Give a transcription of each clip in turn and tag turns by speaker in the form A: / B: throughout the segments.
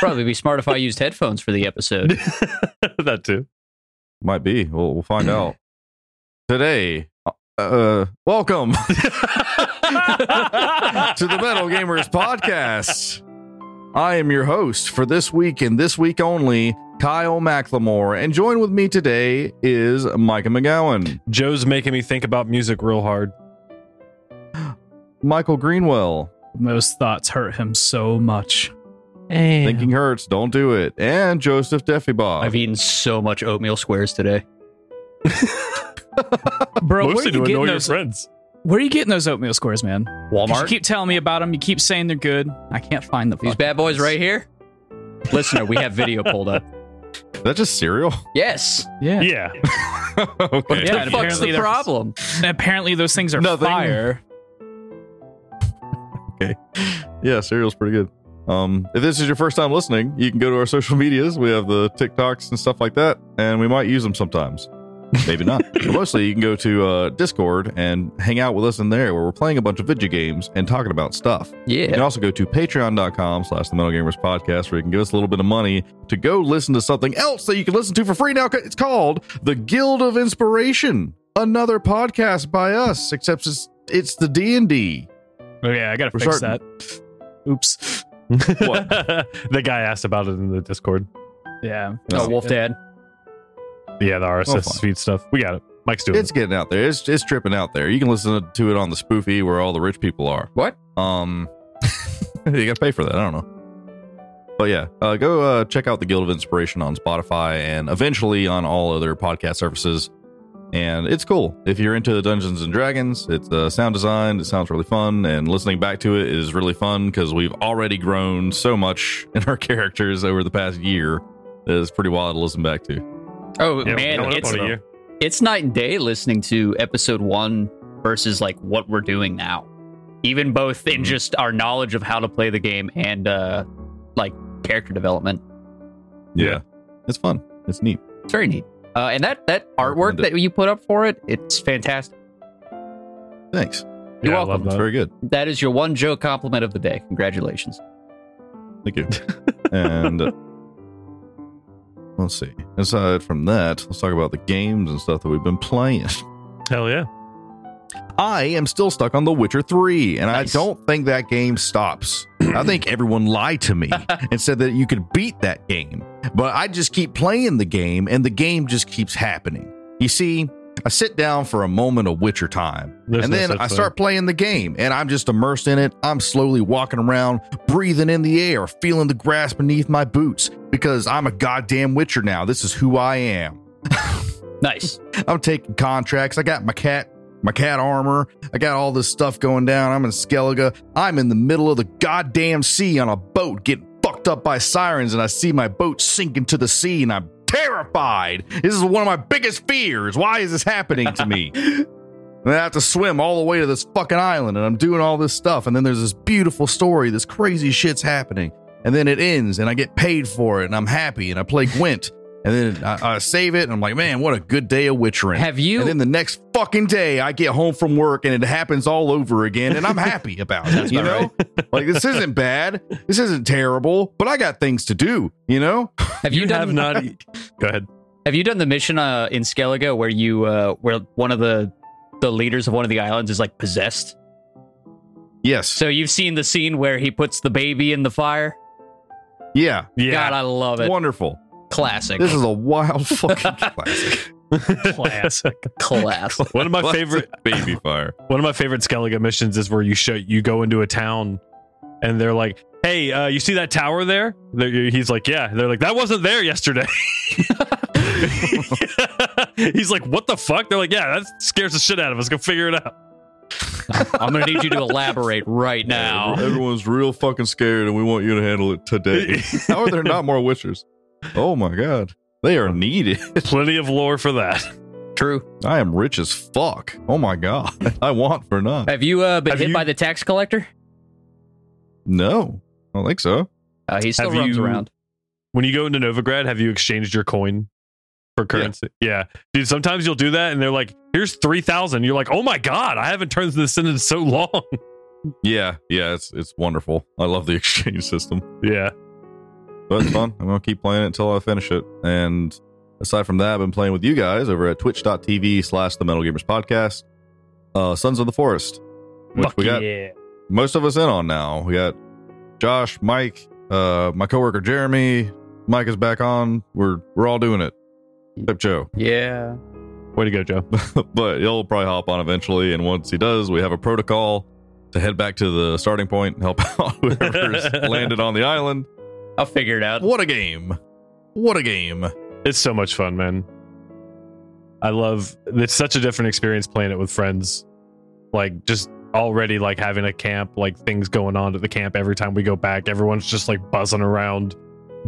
A: probably be smart if I used headphones for the episode.
B: that too.
C: Might be. We'll, we'll find out today. Uh, welcome to the Metal Gamers Podcast. I am your host for this week and this week only, Kyle McLemore, and joined with me today is Micah McGowan,
B: Joe's making me think about music real hard.
C: Michael Greenwell.
D: Those thoughts hurt him so much.
C: Thinking hurts, don't do it, and Joseph Defibob.
A: I've eaten so much oatmeal squares today.
D: Bro, where are,
B: Mostly to
D: you
B: annoy
D: getting
B: your
D: those,
B: friends.
D: where are you getting those oatmeal squares, man? 'Cause You
A: Walmart.
D: keep telling me about them. You keep saying they're good. I can't find the
A: These
D: fucking
A: bad boys
D: ones.
A: right here. Listener, we have video pulled up.
C: Is that just cereal?
A: Yes.
D: Yeah.
B: Yeah.
C: okay.
D: Yeah,
A: the fuck's
D: and apparently
A: the
D: they're-
A: problem?
D: And apparently those things are
C: Nothing.
D: fire.
C: Yeah, cereal's pretty good. Um, if this is your first time listening, you can go to our social medias. We have the TikToks and stuff like that, and we might use them sometimes. Maybe not. but mostly, you can go to uh, Discord and hang out with us in there, where we're playing a bunch of video games and talking about stuff. You can
A: Yeah.
C: also go to patreon.com slash the Metal Gamers Podcast, where you can give us a little bit of money to go listen to something else that you can listen to for free now. It's called The Guild of Inspiration, another podcast by us, except it's, it's the D&D.
D: Oh, yeah, I gotta
C: We're
D: fix
C: starting.
D: that. Oops.
C: What?
B: the guy asked about it in the Discord.
D: Yeah.
A: Oh, Wolf Dad.
B: Yeah, the RSS
C: fine.
B: feed stuff. We got it. Mike's doing
C: It's getting out there. It's it's tripping out there. You can listen to it on the spoofy where all the rich people are.
A: What?
C: Um, you got to pay for that. I don't know. But yeah, uh, go uh, check out the Guild of Inspiration on Spotify and eventually on all other podcast services. And it's cool if you're into Dungeons and Dragons. It's uh, sound designed. It sounds really fun, and listening back to it is really fun because we've already grown so much in our characters over the past year. It's pretty wild to listen back to.
A: Oh
B: it. Yeah, we're
A: man,
B: going up
A: it's
B: on a year.
A: it's night and day listening to episode one versus like what we're doing now even both in
C: Mhm.
A: just our knowledge of how to play the game and uh like character development
C: yeah. it's fun. It's neat.
A: it's very neat uh and that that artwork
C: recommend it.
A: that you put up for it it's fantastic
C: Thanks.
A: You're
B: Yeah, I
A: welcome.
B: love
C: It's
B: that.
C: very good.
A: that is your one joe compliment of the day congratulations
C: Thank you. and uh, let's see. Aside from that, let's talk about the games and stuff that we've been playing.
B: Hell yeah.
C: I am still stuck on The Witcher 3, and
A: Nice.
C: I don't think that game stops. I think everyone lied to me and said that you could beat that game, but I just keep playing the game, and the game just keeps happening. You see, I sit down for a moment of Witcher time,
B: There's
C: and
B: no
C: then
B: such
C: I
B: thing.
C: start playing the game and I'm just immersed in it. I'm slowly walking around, breathing in the air, feeling the grass beneath my boots because I'm a goddamn witcher now. This is who I am.
A: nice
C: I'm taking contracts. I got my cat, my cat armor. I got all this stuff going down. I'm in Skellige. I'm in the middle of the goddamn sea on a boat getting fucked up by sirens and I see my boat sink into the sea and I'm terrified. This is one of my biggest fears. Why is this happening to me? And I have to swim all the way to this fucking island, and I'm doing all this stuff. And then there's this beautiful story, this crazy shit's happening. And then it ends, and I get paid for it, and I'm happy, and I play Gwent. And then I, I save it, and I'm like, man, what a good day of witchering.
A: have you
C: and then the next fucking day, I get home from work, and it happens all over again, and I'm happy about it. You know, like this isn't bad, this isn't terrible, but I got things to do. You know,
A: have you,
B: You
A: done
B: have not. Go ahead.
A: Have you done the mission uh, in Skellige where you uh, where one of the the leaders of one of the islands is like possessed?
C: yes,
A: So you've seen the scene where he puts the baby in the fire.
C: yeah,
A: God,
B: Yeah.
A: I love it.
C: wonderful.
A: Classic.
C: This is a wild fucking classic.
D: Classic.
A: classic.
B: One of my
C: Classic
B: favorite
C: baby fire.
B: one of my favorite Skellige missions is where you show you go into a town and they're like, "Hey, uh, you see that tower there?" They're- he's like, "Yeah." They're like, "That wasn't there yesterday." he's like, "What the fuck?" They're like, "Yeah, that scares the shit out of us. Go figure it out."
A: I'm gonna need you to elaborate right now.
C: Everyone's real fucking scared, and we want you to handle it today. How are there not more witchers? Oh my god, they are needed.
B: Plenty of lore for that.
A: True.
C: I am rich as fuck. Oh my god, I want for not.
A: Have you uh, been
B: Have
A: hit
B: you-
A: by the tax collector?
C: No, I don't think so.
A: Uh, he still
B: Have
A: runs
B: you-
A: around.
B: When you go into Novigrad, have you exchanged your coin for currency? Yeah. Dude, sometimes you'll do that and they're like, "Here's 3000." You're like, "Oh my god, I haven't turned this in in so long."
C: Yeah, yeah, it's it's wonderful. I love the exchange system.
B: yeah.
C: but it's fun. I'm gonna keep playing it until I finish it. And aside from that, I've been playing with you guys over at twitch.tv slash the Metal Gamers Podcast. Uh Sons of the Forest. Which
D: Fuck
C: we got
D: yeah.
C: most of us in on now. We got Josh, Mike, uh, my coworker Jeremy. Mike is back on. We're we're all doing it. Except Joe.
A: Yeah.
B: Way to go, Joe.
C: but he'll probably hop on eventually. And once he does, we have a protocol to head back to the starting point and help out whoever's landed on the island.
A: I'll figure it out.
C: What a game. What a game.
B: It's so much fun, man. I love it's such a different experience playing it with friends. Like just already like having a camp, like things going on at the camp every time we go back. Everyone's just like buzzing around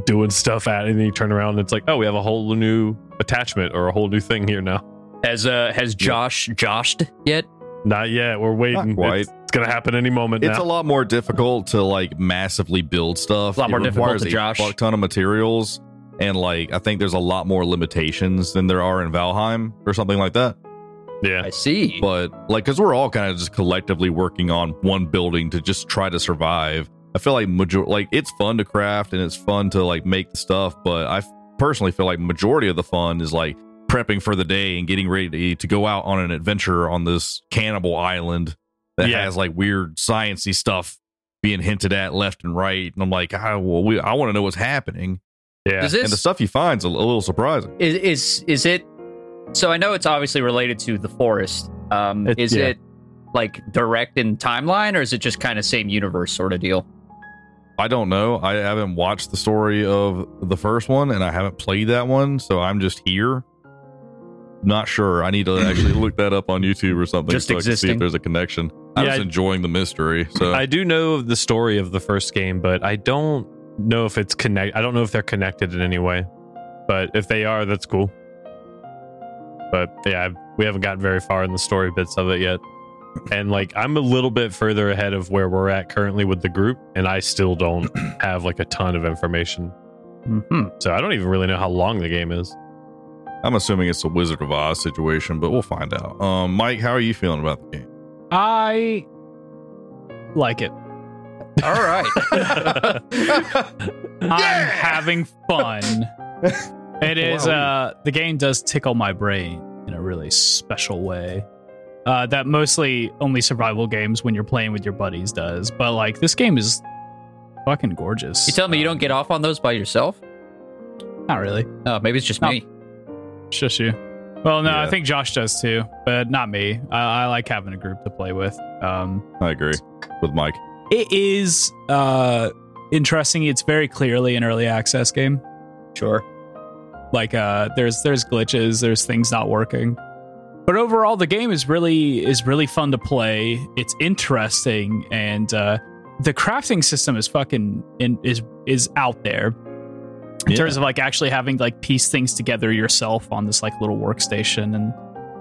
B: doing stuff at it, and then you turn around and it's like, oh, we have a whole new attachment or a whole new thing here now.
A: Has uh has Josh joshed yet?
B: Not yet. We're waiting.
C: quite.
B: It's, it's gonna happen any moment
C: It's a
B: now.
C: lot more difficult to like massively build stuff.
A: A lot more
C: it
A: difficult
C: requires
A: to
C: a
A: Josh.
C: fuck ton of materials, and like I think there's a lot more limitations than there are in Valheim or something like that.
B: yeah.
A: I see.
C: But like, because we're all kind of just collectively working on one building to just try to survive. I feel like major like it's fun to craft and it's fun to like make the stuff, but I f- personally feel like majority of the fun is like prepping for the day and getting ready to go out on an adventure on this cannibal island that
B: Yeah.
C: has like weird sciency stuff being hinted at left and right. And I'm like, I well, we, I want to know what's happening.
B: Yeah.
A: Does
C: and the
A: this
C: stuff you find's a, a little surprising.
A: is, is is it so I know it's obviously related to the forest. Um
B: It-
A: is
B: yeah.
A: it like direct in timeline or is it just kind of same universe sort of deal?
C: I don't know. I haven't watched the story of the first one and I haven't played that one, so I'm just here. Not sure. I need to actually look that up on YouTube or something
A: Just
C: so I can see
A: existing.
C: if there's a connection. I'm
B: Yeah,
C: just
B: I-
C: enjoying the mystery. So
B: I do know of the story of the first game, but I don't know if it's connect. I don't know if they're connected in any way. But if they are, that's cool. But yeah, I've, we haven't gotten very far in the story bits of it yet. And like, I'm a little bit further ahead of where we're at currently with the group, and I still don't have like a ton of information.
A: hmm
B: So I don't even really know how long the game is.
C: I'm assuming it's a Wizard of Oz situation, but we'll find out. Um, Mike, how are you feeling about the game?
D: I like it.
A: All right.
D: I'm having fun. It is
C: Wow.
D: uh the game does tickle my brain in a really special way. Uh, that mostly only survival games when you're playing with your buddies does, but like this game is fucking gorgeous.
A: you tell me you don't get off on those by yourself?
D: Not really.
A: Oh, maybe it's just
D: No.
A: me.
D: Shush you. Well, no,
C: Yeah.
D: I think Josh does too, but not me. I, I like having a group to play with. Um,
C: I agree with Mike.
D: it is uh, interesting. It's very clearly an early access game.
A: Sure.
D: like uh there's there's glitches there's things not working but overall the game is really is really fun to play it's interesting and uh the crafting system is fucking in, is is out there in
C: Yeah.
D: terms of like actually having to, like piece things together yourself on this like little workstation and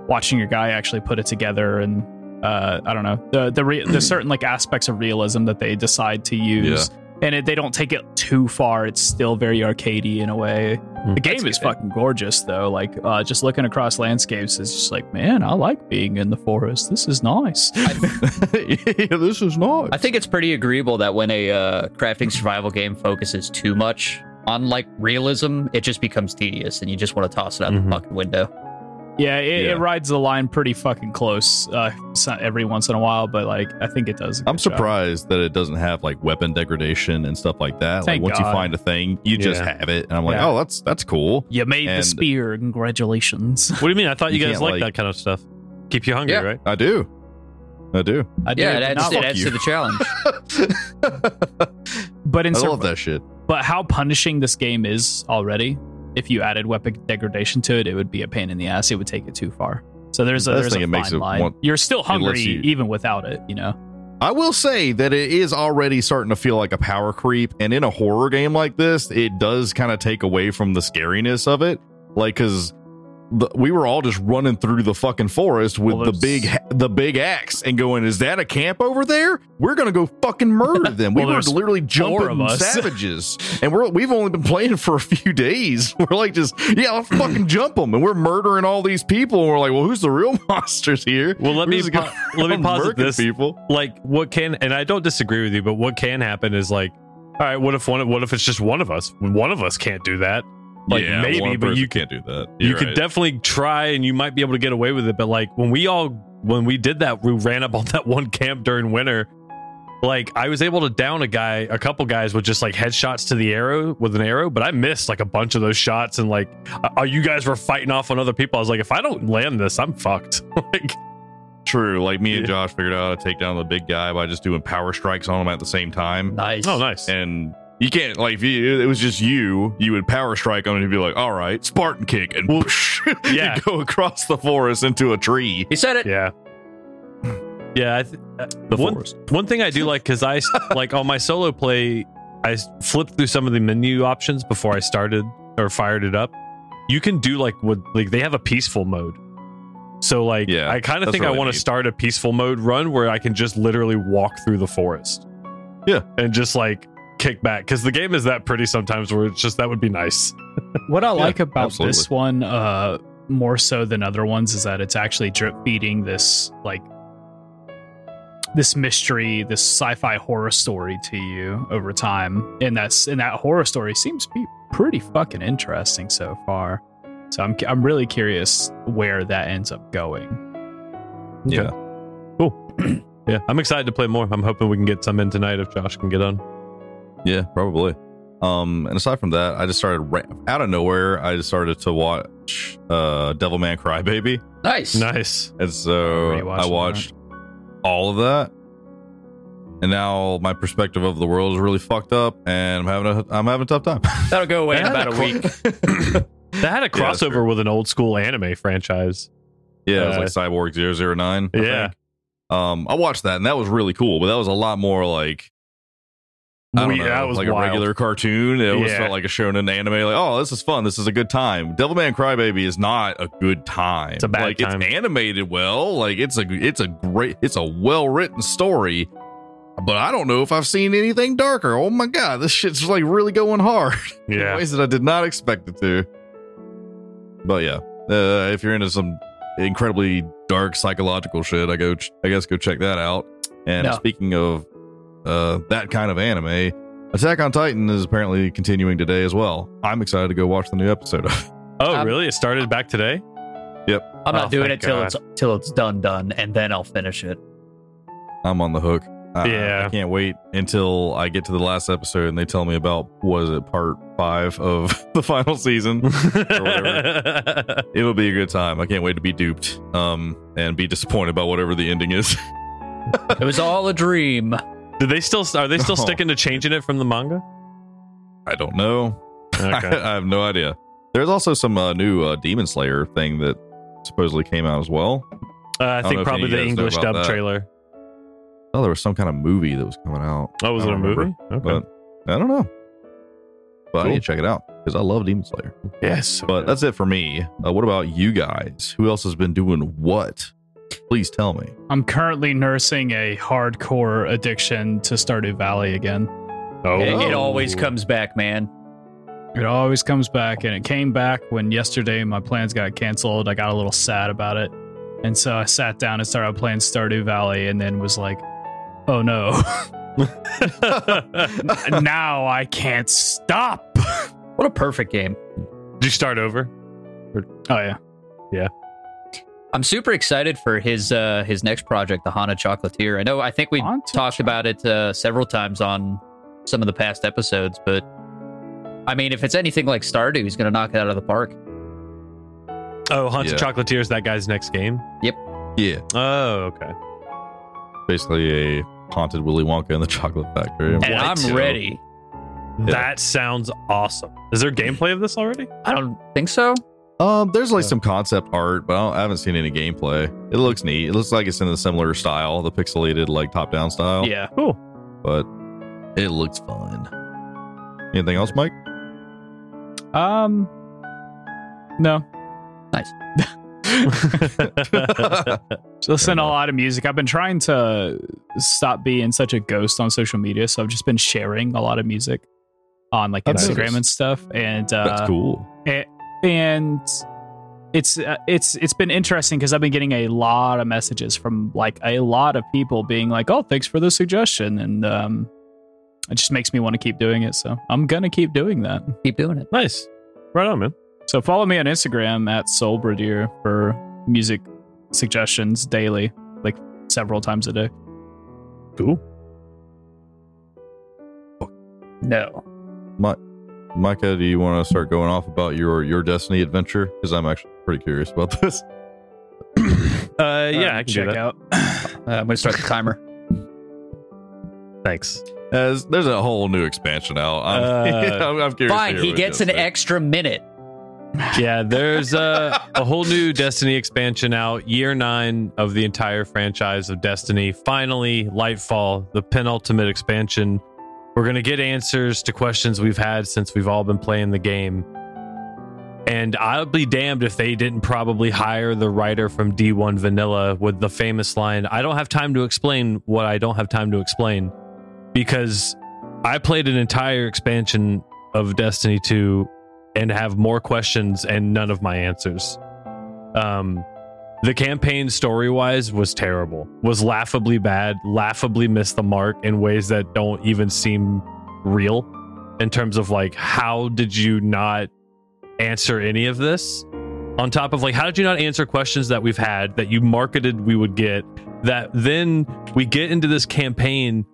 D: watching your guy actually put it together and uh i don't know the the re- the certain like aspects of realism that they decide to use and it, they don't take it too far it's still very arcadey in a way the game
A: That's
D: is fucking gorgeous though. Like uh, just looking across landscapes is just like, man, I like being in the forest. This is nice.
C: yeah, this is not.
A: I think it's pretty agreeable that when a uh, crafting survival game focuses too much on like realism, it just becomes tedious and you just want to toss it out
B: Mhm.
A: the fucking window.
D: yeah, it,
C: Yeah.
D: it rides the line pretty fucking close uh, so- every once in a while, but like I think it does. a
C: I'm
D: good job.
C: surprised that it doesn't have like weapon degradation and stuff like that.
D: Thank
C: like once you
D: God.
C: find a thing, you just
B: Yeah.
C: have it, and I'm like,
D: Yeah.
C: oh, that's that's cool.
D: You made the
C: And-
D: spear. Congratulations.
B: What do you mean? I thought you,
C: You
B: guys
C: can't,
B: liked that
C: like-
B: kind of stuff. Keep you hungry,
A: Yeah.
B: right?
C: I do, I do.
D: I did,
A: yeah, it
D: but
A: adds,
D: not-
A: it
C: fuck
A: adds
C: you.
A: to the challenge.
D: but in
C: I
D: sur-
C: love that shit.
D: but how punishing this game is already. If you added weapon degradation to it, it would be a pain in the ass. It would take it too far. So there's a
C: I just
D: there's a
C: think it
D: fine
C: makes it
D: line.
C: want-
D: You're still hungry
C: you-
D: even without it. You know.
C: I will say that it is already starting to feel like a power creep, and in a horror game like this, it does kind of take away from the scariness of it. Like, because we were all just running through the fucking forest with
D: Well,
C: the
D: those-
C: big ha- the big axe and going, "Is that a camp over there? We're gonna go fucking murder them."
D: Well,
C: we were
D: there's
C: literally
D: of
C: jumping
D: us.
C: savages, and we're we've only been playing for a few days. We're like, just yeah, let's fucking jump them, and we're murdering all these people. And we're like, well, who's the real monsters here?
B: Well, let
C: We're
B: me
C: just
B: pa-
C: gonna
B: let me
C: murder
B: posit this.
C: people.
B: like what can and I don't disagree with you, but what can happen is like All right, what if one? What if it's just one of us? One of us can't do that. Like
C: yeah,
B: maybe,
C: one
B: but
C: person
B: you
C: can't do that.
B: you
C: You're
B: could
C: right.
B: definitely try, and you might be able to get away with it. But like when we all when we did that, we ran up on that one camp during winter. Like I was able to down a guy, a couple guys with just like headshots to the arrow with an arrow, but I missed like a bunch of those shots. And like, uh, you guys were fighting off on other people. I was like, if I don't land this, I'm fucked. like,
C: True. Like me and
B: Yeah.
C: Josh figured out how to take down the big guy by just doing power strikes on him at the same time.
A: Nice.
B: oh, nice.
C: And you can't like if you, it was just you. You would power strike on him and be like, "All right, Spartan kick," and
B: Well,
C: whoosh,
B: yeah.
C: you go across the forest into a tree.
A: He said it.
B: Yeah. Yeah, I th- uh,
C: The
B: one,
C: forest.
B: one thing I do like because I s- like on my solo play, I s- flipped through some of the menu options before I started or fired it up. You can do like what like they have a peaceful mode. So like
C: Yeah,
B: I kind of
C: that's
B: think I
C: really
B: want to
C: neat.
B: start a peaceful mode run where I can just literally walk through the forest.
C: Yeah.
B: And just like kick back because the game is that pretty sometimes where it's just that would be nice.
D: What I
C: Yeah,
D: like about this
C: absolutely.
D: one, uh, more so than other ones, is that it's actually drip feeding this like this mystery, this sci-fi horror story to you over time, and that's and that horror story seems to be pretty fucking interesting so far. So I'm I'm really curious where that ends up going.
B: Yeah. Cool. yeah. I'm excited to play more. I'm hoping we can get some in tonight if Josh can get on.
C: Yeah, probably. Um, and aside from that, I just started ra- out of nowhere. I just started to watch uh, Devilman Crybaby,
A: Nice.
B: Nice.
C: and so
D: Are you
C: I
D: watching
C: watched all of that. And now my perspective of the world is really fucked up, and I'm having a I'm having a tough time.
A: That'll go away in
B: Yeah,
A: about a
B: cool.
A: week.
B: That had a
C: Yeah,
B: crossover
C: sure.
B: with an old school anime franchise.
C: Yeah, it
B: Uh,
C: was like Cyborg 009. I
B: yeah.
C: think. Um, I watched that and that was really cool, but that was a lot more like I don't
B: We-
C: know,
B: that was
C: like
B: wild.
C: a regular cartoon. It almost
B: Yeah.
C: felt like a shonen anime. Like, oh, this is fun. This is a good time. Devilman Crybaby is not a good time.
B: It's a bad
C: like,
B: time.
C: It's animated well. Like it's a it's a great it's a well written story. But I don't know if I've seen anything darker. Oh my god, this shit's like really going hard in
B: Yeah.
C: ways that I did not expect it to. But yeah, uh, if you're into some incredibly dark psychological shit, I go, ch- I guess, go check that out. And
A: No.
C: speaking of uh, that kind of anime, Attack on Titan is apparently continuing today as well. I'm excited to go watch the new episode. of
B: Oh,
A: Um,
B: really? It started back today?
A: I'm not
B: Oh,
A: doing
B: thank
A: it till
B: God.
A: it's till it's done done, and then I'll finish it.
C: I'm on the hook. I,
B: Yeah.
C: I can't wait until I get to the last episode and they tell me about was it part five of the final season. whatever. It'll be a good time. I can't wait to be duped um, and be disappointed by whatever the ending is.
A: It was all a dream.
B: Did they still are they still
C: No.
B: sticking to changing it from the manga?
C: I don't know.
B: Okay. Uh,
C: I, have no idea. There's also some uh, new uh, Demon Slayer thing that supposedly came out as well.
B: Uh, I
C: don't know
B: think
C: if
B: probably
C: any of
B: the
C: you
B: English
C: guys know about
B: dub
C: that.
B: trailer.
C: Oh, there was some kind of movie that was coming out.
B: Oh, was
C: I
B: it a
C: don't remember,
B: movie? Okay.
C: But I don't know. But I
B: Cool.
C: need to check it out because I love Demon Slayer.
B: yes.
C: But that's it for me. Uh, what about you guys? Who else has been doing what? Please tell me.
D: I'm currently nursing a hardcore addiction to Stardew Valley again.
B: oh.
A: It, it always comes back, man.
D: It always comes back, and it came back when yesterday my plans got canceled. I got a little sad about it. And so I sat down and started playing Stardew Valley, and then was like, oh no,
B: Did
D: now I can't stop.
A: What a perfect game.
B: you start over?
D: Oh, yeah.
A: I'm super excited for his uh his next project, the Hana Chocolatier. I know I think we
D: Hana
A: talked about it uh, several times on some of the past episodes, but I mean, if it's anything like Stardew, he's gonna knock it out of the park.
B: Oh, Haunted
C: Yeah.
B: Chocolatier is that guy's next game?
C: Yeah,
B: Oh, okay.
C: basically a haunted Willy Wonka in the Chocolate Factory.
A: And
C: What?
A: I'm
C: So-
A: ready.
B: That sounds awesome. Is there gameplay of this already?
A: I don't think so.
C: Um, there's like
B: Yeah.
C: some concept art, but I, don't, I haven't seen any gameplay. It looks neat. It looks like it's in a similar style, the pixelated like top-down
D: Oh.
C: style.
A: Yeah.
B: Cool.
C: but it looks fun. Anything else, Mike?
D: Um, no. Listen to a
C: enough.
D: lot of music. I've been trying to stop being such a ghost on social media, so I've just been sharing a lot of music on like
C: I've
D: Instagram
C: noticed.
D: and stuff. And uh,
C: That's cool.
D: and it's uh, it's it's been interesting because I've been getting a lot of messages from like a lot of people being like, "Oh, thanks for the suggestion," and um, it just makes me want to keep doing it. So I'm gonna keep doing that.
A: Keep doing it.
B: Nice. Right on, man.
D: So follow me on Instagram at Soulbradier for music suggestions daily, like several times a day.
B: Cool.
A: No.
C: Micah, do you want to start going off about your your Destiny adventure? Because I'm actually pretty curious about this.
B: Uh, yeah, I can do
D: check
B: that.
D: out.
A: Uh, I'm going to start the timer.
B: Thanks.
C: As there's a whole new expansion out. I'm,
B: Uh,
C: I'm, I'm curious. to
A: Fine.
C: hear
A: He
C: what
A: gets
C: it
A: an
C: is, but-
A: extra minute.
B: Yeah, there's a, a whole new Destiny expansion out. Year nine of the entire franchise of Destiny. Finally, Lightfall, the penultimate expansion. We're going to get answers to questions we've had since we've all been playing the game. And I'll be damned if they didn't probably hire the writer from D1 Vanilla with the famous line I don't have time to explain what I don't have time to explain. Because I played an entire expansion of Destiny 2 and have more questions and none of my answers. Um, the campaign story wise was terrible, was laughably bad, laughably missed the mark in ways that don't even seem real in terms of like, how did you not answer any of this? On top of like, how did you not answer questions that we've had that you marketed we would get? That then we get into this campaign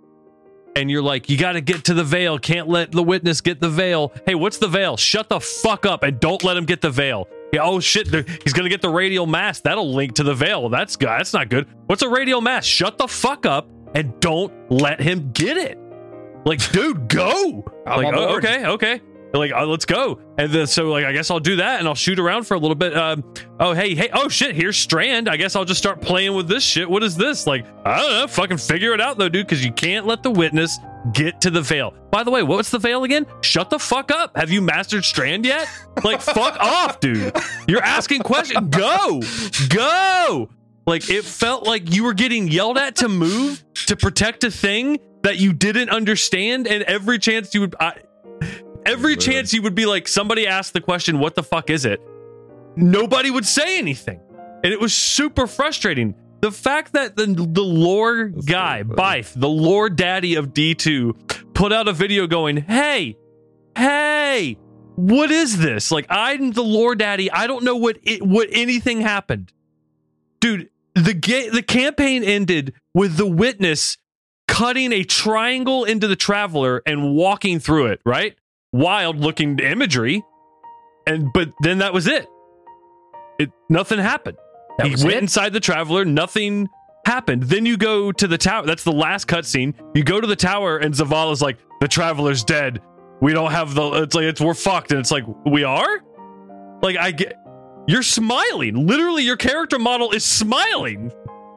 B: and you're like, you got to get to the veil. Can't let the witness get the veil. Hey, what's the veil? Shut the fuck up and don't let him get the veil. Yeah, oh shit, there- he's gonna get the radial mass. That'll link to the veil. That's go- that's not good. What's a radial mass? Shut the fuck up and don't let him get it. Like, dude, go.
A: I'm
B: like,
A: on
B: oh,
A: board.
B: okay, okay. They're Like, oh, let's go. And then so like, I guess I'll do that and I'll shoot around for a little bit. Um, oh hey, hey, oh shit, here's Strand. I guess I'll just start playing with this shit. What is this? Like, I don't know. Fucking figure it out though, dude, because you can't let the witness get to the veil. By the way, what's the veil again? Shut the fuck up. Have you mastered Strand yet? Like, fuck off, dude. You're asking questions. Go, go. Like, it felt like you were getting yelled at to move to protect a thing that you didn't understand, and every chance you would, I, every
C: Man.
B: chance you would be like, somebody asked the question, "What the fuck is it?" Nobody would say anything, and it was super frustrating. The fact that the the lore
C: That's
B: guy,
C: so funny.
B: Bife, the lore daddy of D two, put out a video going, "Hey, hey." What is this? Like I'm the lore daddy. I don't know what it, what anything happened dude the ga- the campaign ended with the witness cutting a triangle into the traveler and walking through it right wild looking imagery and but then that was it it nothing happened
A: That
B: he
A: was
B: went
A: it?
B: inside the traveler nothing happened then you go to the tower that's the last cutscene you go to the tower and zavala's like the traveler's dead we don't have the it's like it's we're fucked and it's like we are like i get you're smiling literally your character model is smiling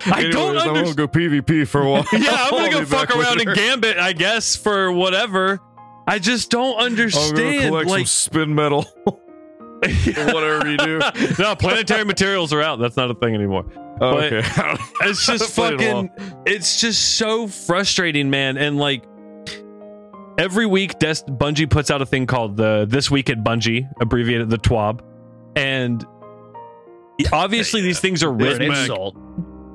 B: i
C: Anyways,
B: don't
C: I'm gonna
B: understand
C: go PvP for a while.
B: yeah i'm gonna
C: I'll
B: go
C: be
B: fuck
C: back
B: around
C: later.
B: and gambit i guess for whatever i just don't
C: I'm gonna
B: understand
C: collect some
B: like
C: spin metal. Whatever you do.
B: no planetary materials are out that's not a thing anymore
C: Oh,
B: But-
C: okay.
B: it's just
C: Played it
B: fucking it's just so frustrating man and like every week Des- bungie puts out a thing called the this week at bungie abbreviated the twab and obviously these things are
A: It's an
B: written
A: insult.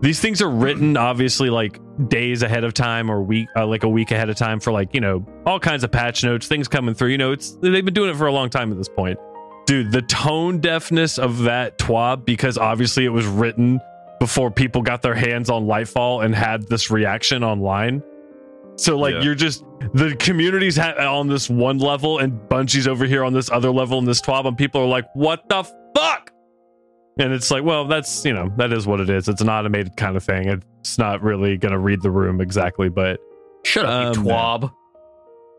B: these things are written obviously like days ahead of time or week uh, like a week ahead of time for like you know all kinds of patch notes things coming through you know it's they've been doing it for a long time at this point dude the tone deafness of that twab because obviously it was written before people got their hands on lightfall and had this reaction online so like
C: Yeah.
B: you're just the community's ha- on this one level and Bungie's over here on this other level in this twab and people are like what the fuck and it's like, well, that's, you know, that is what it is. It's an automated kind of thing. It's not really going to read the room exactly, but
A: Shut up,
B: Um,
A: you twab.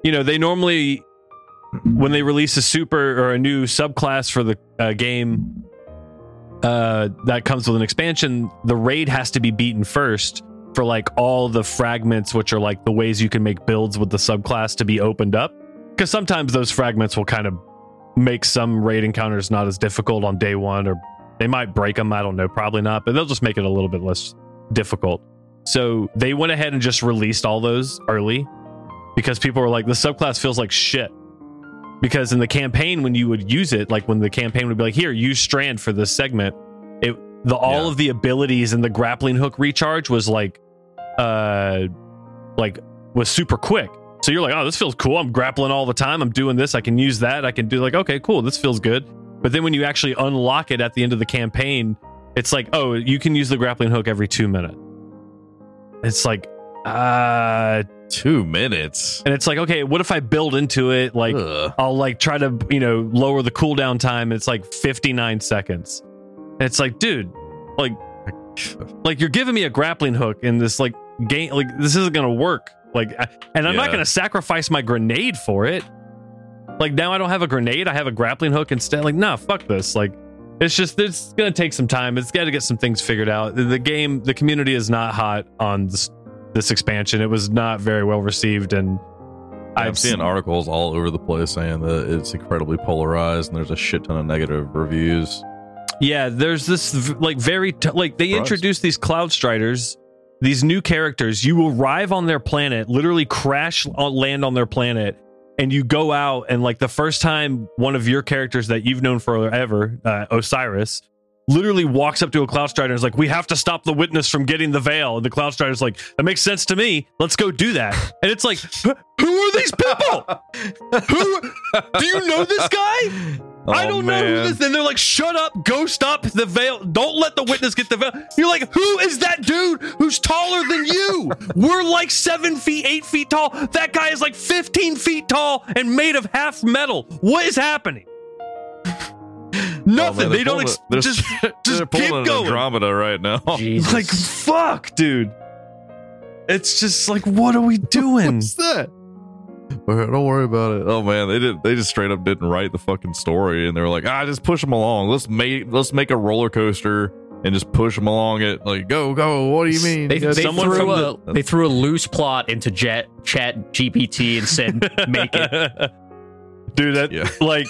B: you know they normally when they release a super or a new subclass for the uh, game uh, that comes with an expansion the raid has to be beaten first for like all the fragments which are like the ways you can make builds with the subclass to be opened up because sometimes those fragments will kind of make some raid encounters not as difficult on day one or they might break them i don't know probably not but they'll just make it a little bit less difficult so they went ahead and just released all those early because people were like, the subclass feels like shit. Because in the campaign, when you would use it, like when the campaign would be like, here, use Strand for this segment, it the all
C: Yeah.
B: of the abilities and the grappling hook recharge was like, uh, like was super quick. So you're like, oh, this feels cool. I'm grappling all the time. I'm doing this. I can use that. I can do like, okay, cool. This feels good. But then when you actually unlock it at the end of the campaign, it's like, oh, you can use the grappling hook every two minutes. It's like, uh,
C: Two minutes.
B: and it's like, okay, what if I build into it? Like,
C: Ugh.
B: I'll like try to, you know, lower the cooldown time. It's like 59 seconds. And it's like, dude, like, like you're giving me a grappling hook in this like game. Like, this isn't going to work. Like, I- and I'm not
C: Yeah.
B: going to sacrifice my grenade for it. Like, now I don't have a grenade. I have a grappling hook instead. Like, nah, fuck this. Like, it's just, it's going to take some time. It's got to get some things figured out. The- The game, the community is not hot on this, this expansion. It was not very well received. And
C: I'm
B: I've seen
C: seeing articles all over the place saying that it's incredibly polarized and there's a shit ton of negative reviews.
B: Yeah, there's this v- like very t- like they
C: Surprised.
B: introduce these cloud striders, these new characters. You arrive on their planet, literally crash on land on their planet, and you go out and like the first time one of your characters that you've known forever, uh, Osiris, literally walks up to a cloud strider and is like, "We have to stop the witness from getting the veil." And the cloud strider's like, "That makes sense to me. Let's go do that." And it's like, "Who- "Who are these people? Who do you know this guy?" I
C: Oh,
B: don't know
C: man.
B: who this. And they're like, "Shut up! Go stop the veil! Don't let the witness get the veil." You're like, "Who is that dude who's taller than you? We're like seven feet, eight feet tall. That guy is like fifteen feet tall and made of half metal. What is happening?"
C: Oh, man,
B: Nothing.
C: they're
B: they don't
C: pulling
B: ex-
C: a- they're-
B: just
C: they're
B: just
C: pulling
B: keep
C: an
B: going.
C: Andromeda right now.
A: Jesus.
B: Oh, Like fuck, dude. It's just like, what are we doing?
C: What's that? Well, Don't worry about it. Oh man, they did. They just straight up didn't write the fucking story, and they were like, "Ah, just push them along. Let's make let's make a roller coaster and just push them along it. Like, go, go. What do you mean?
A: They,
C: Yes.
A: they
B: someone
A: threw
B: from
A: a
C: the-
A: they threw a loose plot into Jet, Chat GPT and said, "Make it."
B: Dude, that
C: Yeah.
B: like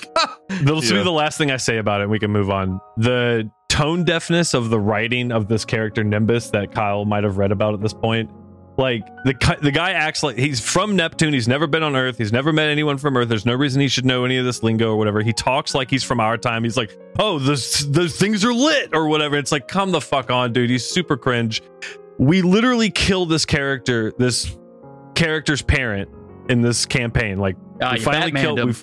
B: this will
C: Yeah.
B: be the last thing I say about it. and We can move on. The tone deafness of the writing of this character Nimbus that Kyle might have read about at this point. Like the cu- the guy acts like he's from Neptune. He's never been on Earth. He's never met anyone from Earth. There's no reason he should know any of this lingo or whatever. He talks like he's from our time. He's like, oh, those those things are lit or whatever. It's like, come the fuck on, dude. He's super cringe. We literally kill this character, this character's parent in this campaign. Like
A: Ah,
B: we
A: you
B: finally
A: Batmaned
B: kill.
A: him.
B: We,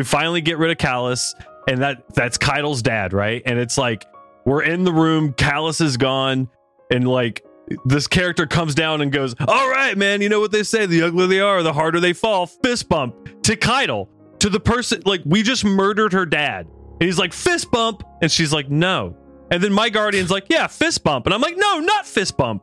B: we finally get rid of Callus, and that that's Keitel's dad, right? And it's like we're in the room. Callus is gone, and like this character comes down and goes, "All right, man. You know what they say: the uglier they are, the harder they fall." Fist bump to Keitel to the person. Like we just murdered her dad, and he's like fist bump, and she's like, "No." And then my guardian's like, "Yeah, fist bump," and I'm like, "No, not fist bump,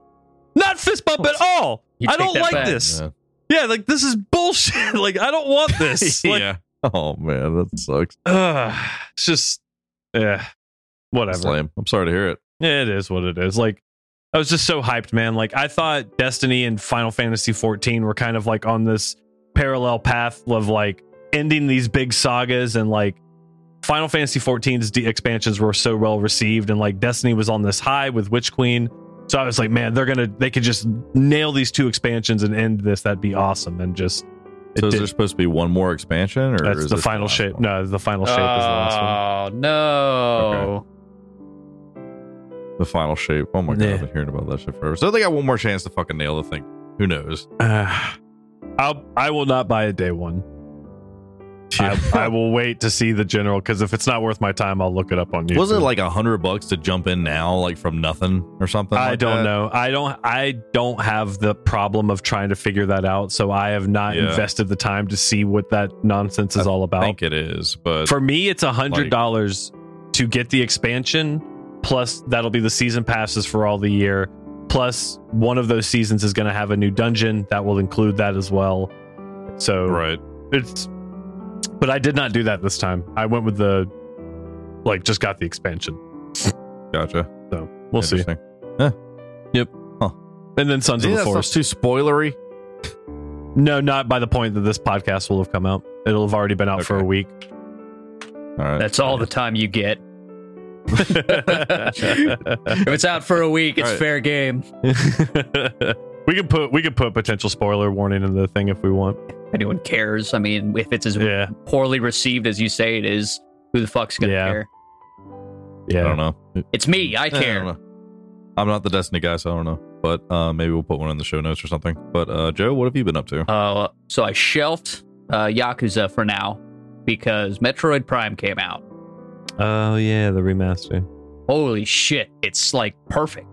B: not fist bump at all.
A: You
B: I
A: take
B: don't
A: that
B: like
A: back.
B: this."
C: Yeah.
B: Yeah, like this is bullshit. like I don't want this. Like,
C: yeah. Oh man, that sucks.
B: ugh, it's just, yeah, whatever.
C: That's lame. I'm sorry to hear it.
B: Yeah, it is what it is. Like I was just so hyped, man. Like I thought Destiny and Final Fantasy 14 were kind of like on this parallel path of like ending these big sagas and like Final Fantasy 14's d- expansions were so well received and like Destiny was on this high with Witch Queen. So I was like, man, they're going to they could just nail these two expansions and end this. That'd be awesome. And just it
C: So is
B: didn't.
C: there supposed to be one more expansion, or
B: That's
C: is
B: the
C: this
B: final
C: last
B: shape.
C: one?
B: No, the final shape is the last
A: Oh no!
C: The final shape. Oh my god,
B: Yeah.
C: I've been hearing about that shit forever. So they got one more chance to fucking nail the thing. Who knows?
B: one. Uh, I'll, I will not buy it day one. I, I will wait to see the general because if it's not worth my time, I'll look it up on YouTube.
C: Was it like a hundred bucks to jump in now, like from nothing or something?
B: I
C: like
B: don't
C: that?
B: know. I don't. I don't have the problem of trying to figure that out. So I have not
C: Yeah.
B: invested the time to see what that nonsense is all
C: I
B: about.
C: think it is, but
B: Oh. For me, it's a hundred
C: Like-
B: dollars to get the expansion, plus that'll be the season passes for all the year. Plus, one of those seasons is going to have a new dungeon that will include that as well. So
C: right.
B: it's, but I did not do that this time. I went with the, like, just got the expansion.
C: Gotcha.
B: So we'll see.
C: Interesting.
B: And then Sons of the Forest.
C: too spoilery.
B: no, not by the point that this podcast will have come out. It'll have already been out for
C: Okay.
B: a week.
C: All right.
A: That's all the time you get. If it's out for a week, it's
C: All right.
A: fair game.
B: we could put we could put potential spoiler warning in the thing if we want.
A: If anyone cares, I mean, if it's as
B: Yeah,
A: poorly received as you say it is, who the fuck's gonna
B: Yeah.
A: care?
C: I don't
B: yeah.
C: know.
A: It's me. I
C: Eh, I
A: care.
C: don't know. I'm not the Destiny guy, so I don't know. but uh, maybe we'll put one in the show notes or something. But uh, Joe, what have you been up to?
A: Uh, so I shelved uh, Yakuza for now because Metroid Prime came out.
B: Oh yeah, the remaster.
A: Holy shit, it's like perfect.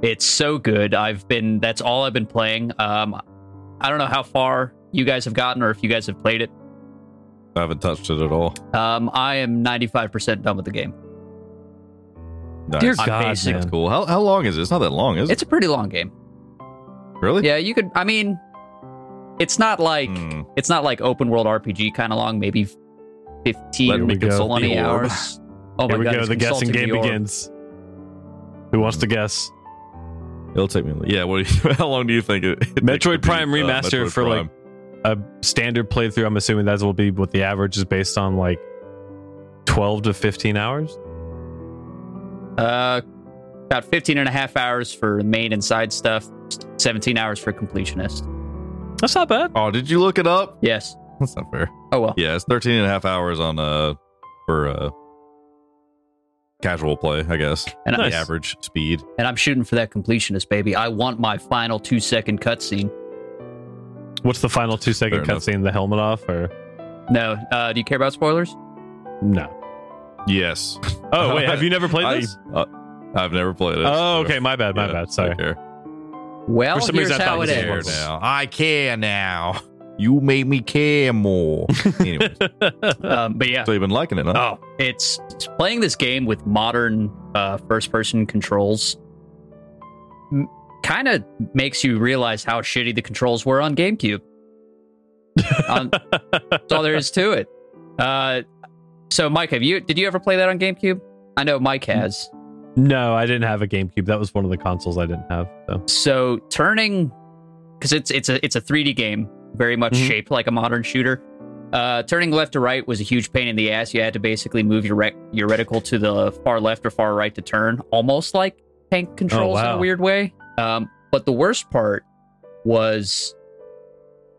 A: It's so good. I've been that's all I've been playing. Um, I don't know how far you guys have gotten or if you guys have played it.
C: I haven't touched it at all.
A: Um, I am 95% done with the game.
C: Nice.
B: Dear
A: I'm
B: God,
A: basic.
B: man.
C: That's cool. How, how long is it? It's not that long, is it?
A: It's a pretty long game.
C: really?
A: Yeah, you could I mean it's not like
C: Hmm.
A: it's not like open world RPG kind of long, maybe 15
C: Let
B: Here
A: or
B: we
C: me
B: go.
C: consult
A: 20
C: the orb.
A: hours. Oh
B: Here
A: my
B: we
A: god,
B: go.
A: it's
B: The guessing
A: consulting
B: game
A: the orb.
B: begins. Who wants to guess?
C: It'll take me. Yeah. What? do you- how long do you think it? it
B: Metroid
C: takes to beat,
B: Prime
C: uh,
B: remaster
C: Metroid
B: for, like,
C: Prime?
B: A standard playthrough. I'm assuming that will be what the average is based on, like twelve to fifteen hours.
A: Uh, about 15 and a half hours for main and side stuff, 17 hours for completionist.
B: That's not bad.
C: Oh, did you look it up?
A: Yes.
C: That's not fair.
A: Oh well.
C: Yeah, it's 13 and a half hours on uh for uh casual play, I guess.
A: And,
C: The
B: Nice.
C: average speed.
A: and I'm shooting for that completionist, baby. I want my final two second cutscene.
B: What's the final two second
C: Fair enough.
B: cutscene? The helmet off or
A: No. Uh, do you care about spoilers?
B: no?
C: Yes.
B: Oh wait, have you never played
C: I,
B: this?
C: uh, I've never played it.
B: Oh
C: so-
B: okay, my bad, my
C: Yeah,
B: bad. Sorry.
C: don't care.
A: Well,
B: For some
A: here's
B: reason I thought
A: how it
B: you cared.
A: ends.
B: is.
C: now. I care now. You made me care more. anyway,
A: Um, but yeah.
C: so you've been liking it, huh?
A: Oh, it's, it's playing this game with modern uh, first person controls. M- kind of makes you realize how shitty the controls were on GameCube. on, that's all there is to it. Uh, so, Mike, have you did you ever play that on GameCube? I know Mike has.
B: no, I didn't have a GameCube. That was one of the consoles I didn't have. So
A: So turning, because it's it's a it's a 3D game, very much
B: Mhm.
A: shaped like a modern shooter. Uh, turning left to right was a huge pain in the ass. You had to basically move your rec- your reticle to the far left or far right to turn, almost like tank controls in
B: wow.
A: a weird way. Um, but the worst part was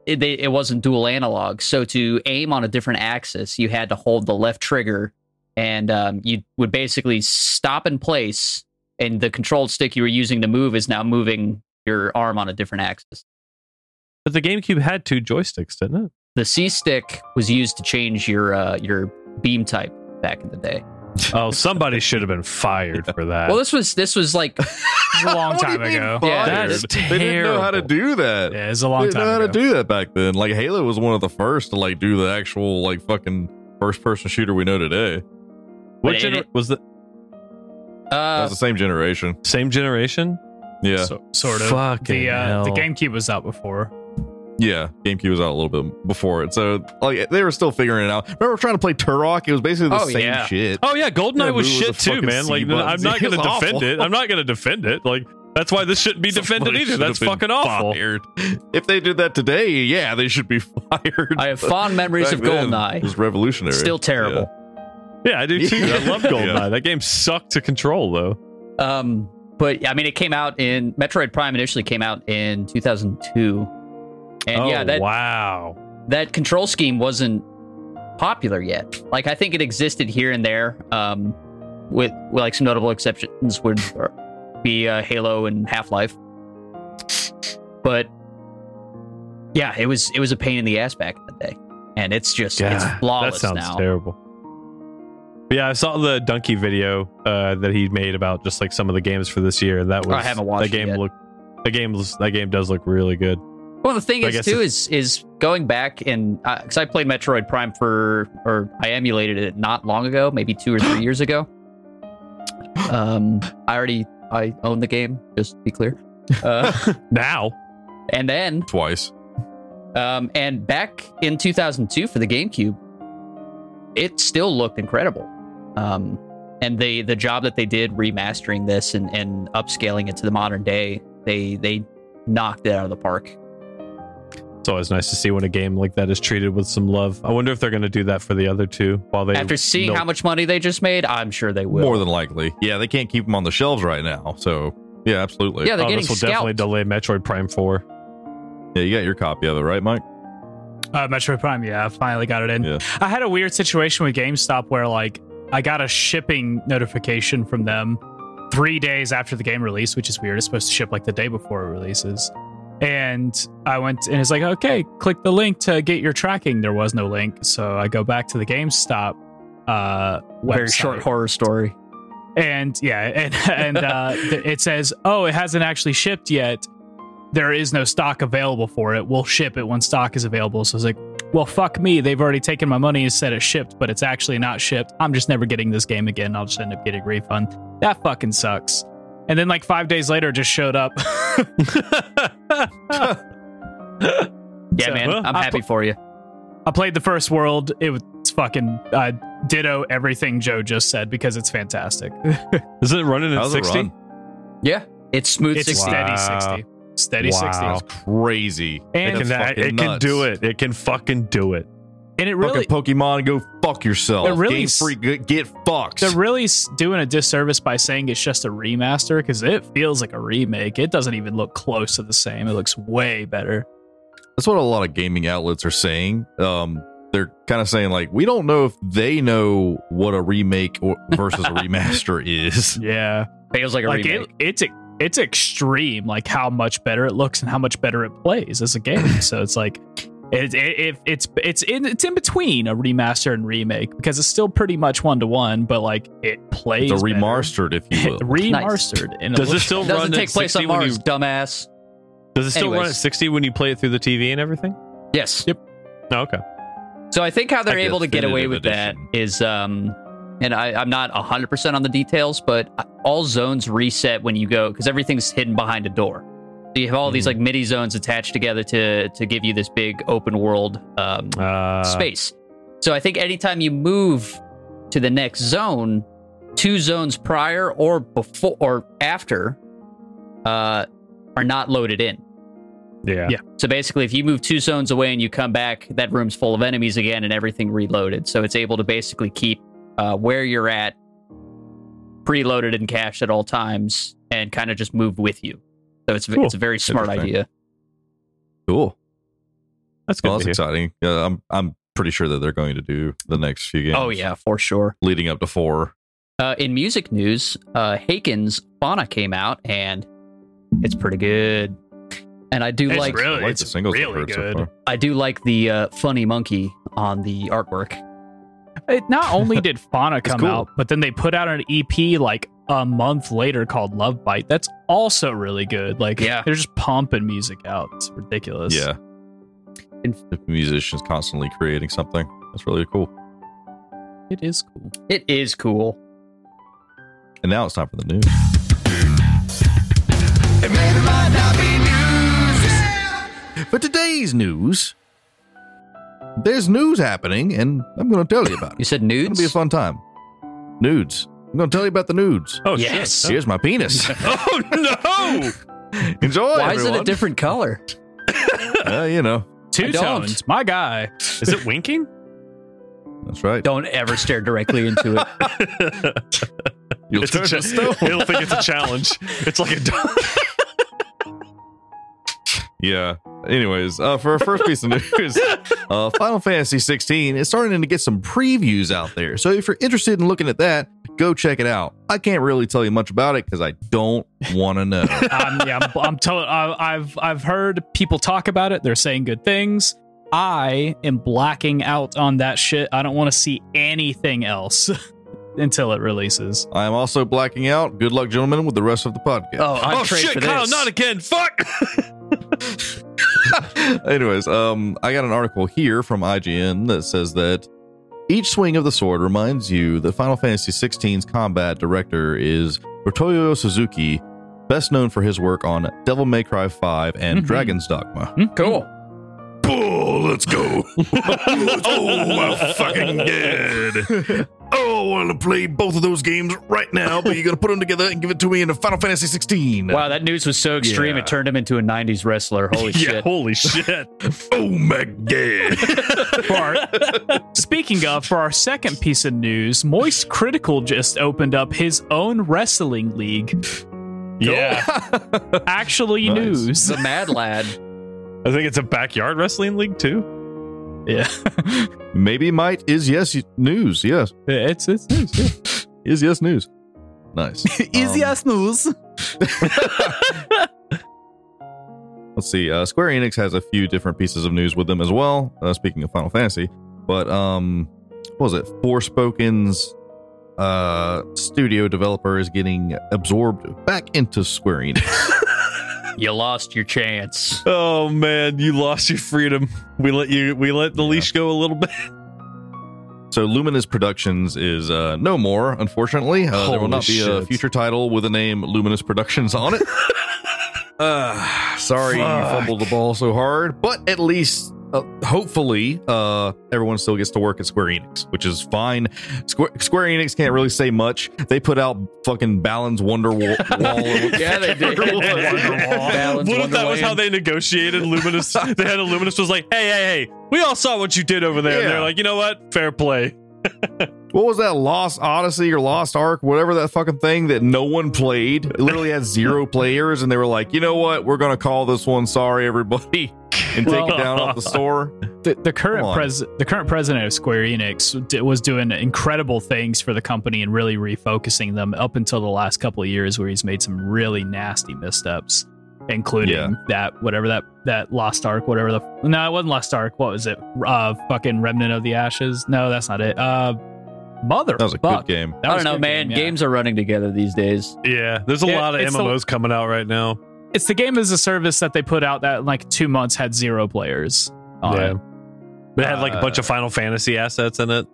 A: it, they, it wasn't dual analog. So to aim on a different axis, you had to hold the left trigger, and um, you would basically stop in place, and the controlled stick you were using to move is now moving your arm on a different axis.
B: But the GameCube had two joysticks, didn't it?
A: The C stick was used to change your uh, your beam type back in the day.
B: Oh, somebody should have been fired for that.
A: Well, this was this was like
B: Oh.
D: It was a long
C: What do you
D: time
C: mean
D: ago.
C: fired?
B: That is
C: They didn't know how to
B: terrible.
C: do that.
D: Yeah, it was a long
C: they didn't know
D: time
C: how to
D: ago.
C: do that back then. Like Halo was one of the first to like do the actual like fucking first person shooter we know today.
B: what
A: Wait,
B: gener-
A: it-
B: was the
C: That
A: uh,
C: was the same generation.
B: same generation?
C: Yeah,
D: So, sort of.
B: Fucking
D: the uh, the
B: hell.
D: GameCube was out before.
C: yeah. GameCube was out a little bit before it, so like they were still figuring it out. Remember trying to play Turok? It was basically the
A: Oh,
C: same
A: yeah.
C: shit.
B: Oh yeah, Goldeneye
C: Yeah,
B: was
C: Boo was
B: shit
C: a
B: too,
C: fucking
B: man.
C: C
B: Like
C: button.
B: I'm not
C: It
B: gonna
C: was awful.
B: defend it. I'm not gonna defend it. Like that's why this shouldn't be defended
C: Somebody
B: either.
C: should
B: That's
C: have
B: fucking
C: been
B: awful.
C: fired. If they did that today, yeah, they should be fired.
A: I have fond memories
C: Back
A: of
C: then, It
A: Goldeneye.
C: was revolutionary.
A: Still terrible.
B: Yeah, I do too. I love
C: Yeah.
B: Goldeneye. That game sucked to control though.
A: Um, but I mean, it came out in Metroid Prime initially came out in 2002, and
B: oh
A: yeah, that
B: wow.
A: that control scheme wasn't popular yet. Like I think it existed here and there, um, with, with like some notable exceptions would be uh, Halo and Half Life. But yeah, it was it was a pain in the ass back in the day, and it's just it's flawless
B: that sounds
A: now.
B: terrible. But yeah, I saw the Donkey video uh, that he made about just like some of the games for this year. and That
A: Oh, I
B: was
A: haven't watched
B: that
A: it
B: game.
A: yet.
B: Look, that game. looks- That game does look really good.
A: Well, the thing
B: I
A: is
B: guess
A: too
B: if-
A: is is going back and because I played Metroid Prime for or I emulated it not long ago, maybe two or three years ago. Um, I already I own the game, just to be clear. Uh,
B: Now,
A: and then
C: Twice.
A: um, and back in 2002 for the GameCube, it still looked incredible. Um, and they the job that they did remastering this and, and upscaling it to the modern day, they they knocked it out of the park.
B: it's always nice to see when a game like that is treated with some love. I wonder if they're going to do that for the other two while they
A: After seeing
B: milk-
A: how much money they just made, I'm sure they will.
C: More than likely. Yeah, they can't keep them on the shelves right now. So yeah, absolutely.
A: yeah, they're
B: Oh,
A: getting
B: this will definitely
A: scalped.
B: delay Metroid Prime Four.
C: Yeah, you got your copy of it, right, Mike?
D: Uh, Metroid Prime, yeah, I finally got it in.
C: Yeah.
D: I had a weird situation with GameStop where like I got a shipping notification from them three days after the game release, which is weird. It's supposed to ship like the day before it releases. And I went and it's like, okay, click the link to get your tracking. There was no link, so I go back to the GameStop uh, website.
A: Very short horror story.
D: and yeah, and and uh, th- it says, oh, it hasn't actually shipped yet. There is no stock available for it. We'll ship it when stock is available. So it's like, well, fuck me. They've already taken my money and said it shipped, but it's actually not shipped. I'm just never getting this game again. I'll just end up getting a refund. That fucking sucks. And then like five days later, it just showed up.
A: Yeah,
D: So-
A: man,
B: Well,
A: I'm
D: I
A: happy
D: pl-
A: for you.
D: I played the first world. It was fucking uh, ditto everything Joe just said because it's fantastic.
B: Is it running at
C: How's it
B: 60?
C: run?
A: Yeah, it's smooth
D: It's
A: 60.
D: steady
B: Wow.
D: 60. Steady
B: Wow.
D: 60.
C: Crazy.
B: It
D: And,
C: That's
B: can, I-
C: fucking
B: it can
C: nuts.
B: do it. It can fucking do it.
D: and it really,
C: Fucking Pokemon, go fuck yourself.
D: They're really
C: Game
D: s-
C: Freak, g- get fucked.
D: they're really s- doing a disservice by saying it's just a remaster because it feels like a remake. It doesn't even look close to the same. It looks way better.
C: That's what a lot of gaming outlets are saying. Um, they're kind of saying like, we don't know if they know what a remake or versus a remaster is.
D: Yeah.
A: Feels like a
D: like
A: remake.
D: it, it's e- it's extreme like how much better it looks and how much better it plays as a game so it's like it, it, it it's it's in, it's in between a remaster and remake because it's still pretty much one to one but like it plays
C: It's a
D: better.
C: remastered, if you will.
D: remastered and
B: Does it
D: looks-
B: still
A: It
B: run
A: doesn't
B: at
A: take place
B: 60
A: on
B: when
A: Mars,
B: you-
A: dumbass.
B: Does it still run
A: Anyways.
B: at 60 when you play it through the TV and everything?
A: Yes.
B: No, okay.
A: So I think how they're
C: Like a
A: able to get away
C: definitive
A: with
C: edition.
A: that is, um, and I, I'm not 100% on the details, but all zones reset when you go because everything's hidden behind a door. So you have all these
B: Mhm.
A: like mini zones attached together to to give you this big open world um,
B: Uh,
A: space. So I think anytime you move to the next zone, two zones prior or before or after uh, are not loaded in.
B: Yeah.
D: Yeah.
A: So basically, if you move two zones away and you come back, that room's full of enemies again and everything reloaded. So it's able to basically keep uh, where you're at preloaded and cached at all times and kind of just move with you. So it's,
B: Cool.
A: it's a very smart
C: Interesting.
A: idea.
C: Cool.
B: That's good.
C: Well,
B: to
C: that's
B: hear.
C: exciting. Yeah, I'm I'm pretty sure that they're going to do the next few games.
A: Oh, yeah, for sure.
C: leading up to four.
A: Uh, in music news, uh, Haken's Fauna came out and it's pretty good. And I do
D: It's
A: like
B: Oh,
D: really,
C: I like
D: it's
C: the singles I've
D: really
C: heard so
D: good.
C: far.
A: I do like the uh, funny monkey on the artwork.
D: it not only did fauna come
C: cool.
D: out but then they put out an ep like a month later called love bite that's also really good like
A: Yeah.
D: they're just pumping music out it's ridiculous
C: Yeah.
A: In-
C: The musicians constantly creating something. That's really cool.
D: it is cool
A: It is cool.
C: And now it's time for the news. For today's news, there's news happening, and I'm going to tell you about it.
A: You said
C: It's going to be a
A: nudes?
C: fun time. Nudes. I'm going to tell you about the nudes.
B: Oh,
A: Yes.
C: Here's my penis.
B: Oh, no.
C: Enjoy,
A: Why is
C: everyone.
A: it a different color?
C: Uh, you know,
D: two tones my guy
B: Is it winking?
C: that's right.
A: Don't ever stare directly into it.
C: You'll
B: It's a
C: turn to
B: cha-
C: stone.
B: It'll think it's a challenge. It's like a dog.
C: Yeah. Anyways, uh, for our first piece of news, uh, Final Fantasy 16 is starting to get some previews out there. So if you're interested in looking at that, go check it out. I can't really tell you much about it because I don't want to know.
D: um, yeah, I'm, I'm told. I- I've I've heard people talk about it. They're saying good things. I am blacking out on that shit. I don't want to see anything else until it releases.
C: I am also blacking out. Good luck, gentlemen, with the rest of the podcast.
A: Oh, I'm
B: oh
A: trade
B: shit,
A: for
B: Kyle,
A: this.
B: not again. Fuck.
C: Anyways, um, I got an article here from IGN that says that each swing of the sword reminds you that Final Fantasy XVI's combat director is Rotoyo Suzuki, best known for his work on Devil May Cry 5 and
D: Mhm.
C: Dragon's Dogma.
A: cool.
C: Bull, let's go.
B: Oh, I'm fucking
C: dead. Oh, I want to play both of those games right now, but you got to put them together and give it to me in a Final Fantasy 16.
A: Wow, that news was so extreme
C: Yeah.
A: it turned him into a 90s wrestler. Holy
B: yeah,
A: shit.
B: holy shit.
C: Oh my god.
D: For our- speaking of, for our second piece of news, Moist Critical just opened up his own wrestling league.
B: Yeah.
D: Actually,
C: Nice.
D: news.
A: The mad lad.
B: I think it's a backyard wrestling league too.
D: Yeah,
C: Maybe might is yes news. Yes.
D: it's it's news. yeah.
C: Is yes news. Nice.
D: Easy
C: Um,
D: as moves.
C: Let's see. Uh, Square Enix has a few different pieces of news with them as well. Uh, speaking of Final Fantasy, but um, what was it? Forspoken's uh, studio developer is getting absorbed back into Square Enix.
A: You lost your chance.
B: oh man, you lost your freedom. We let you. We let the
C: Yeah.
B: leash go a little bit.
C: so Luminous Productions is uh, no more, unfortunately. Uh, there will
B: Holy
C: not be a
B: shit.
C: future title with the name Luminous Productions on it. uh, sorry, you
B: Fuck.
C: fumbled the ball so hard, but at least. Uh, hopefully, uh, everyone still gets to work at Square Enix, which is fine. Square, Square Enix can't really say much. They put out fucking Balan's Wonder Wall. Wall
A: Yeah, they did. Balance
B: what if that was
A: Wonderland.
B: how they negotiated Luminous? they had a Luminous was like, hey, hey, hey, we all saw what you did over there. And
C: Yeah.
B: they're like, you know what? Fair play.
C: what was that Lost Odyssey or Lost Ark, whatever that fucking thing that no one played? It literally had zero players, and they were like, you know what? We're gonna call this one. Sorry, everybody, and take it down off the store.
D: The,
C: Come
D: the current
C: on.
D: pres the current president of Square Enix d- was doing incredible things for the company and really refocusing them up until the last couple of years, where he's made some really nasty missteps, including
C: Yeah.
D: that whatever that that Lost Ark, whatever the no, it wasn't Lost Ark. What was it? Uh, fucking Remnant of the Ashes. No, that's not it. Uh, mother.
C: That was a good game.
A: I don't know, man. Games are running together these days.
B: Yeah, there's a
D: Yeah,
B: lot of
D: it's the-
B: MMOs coming out right now.
D: It's the game as a service that they put out that in, like two months had zero players. On
B: Yeah.
D: it.
B: But it had
C: Uh,
B: like a bunch of Final Fantasy assets in it.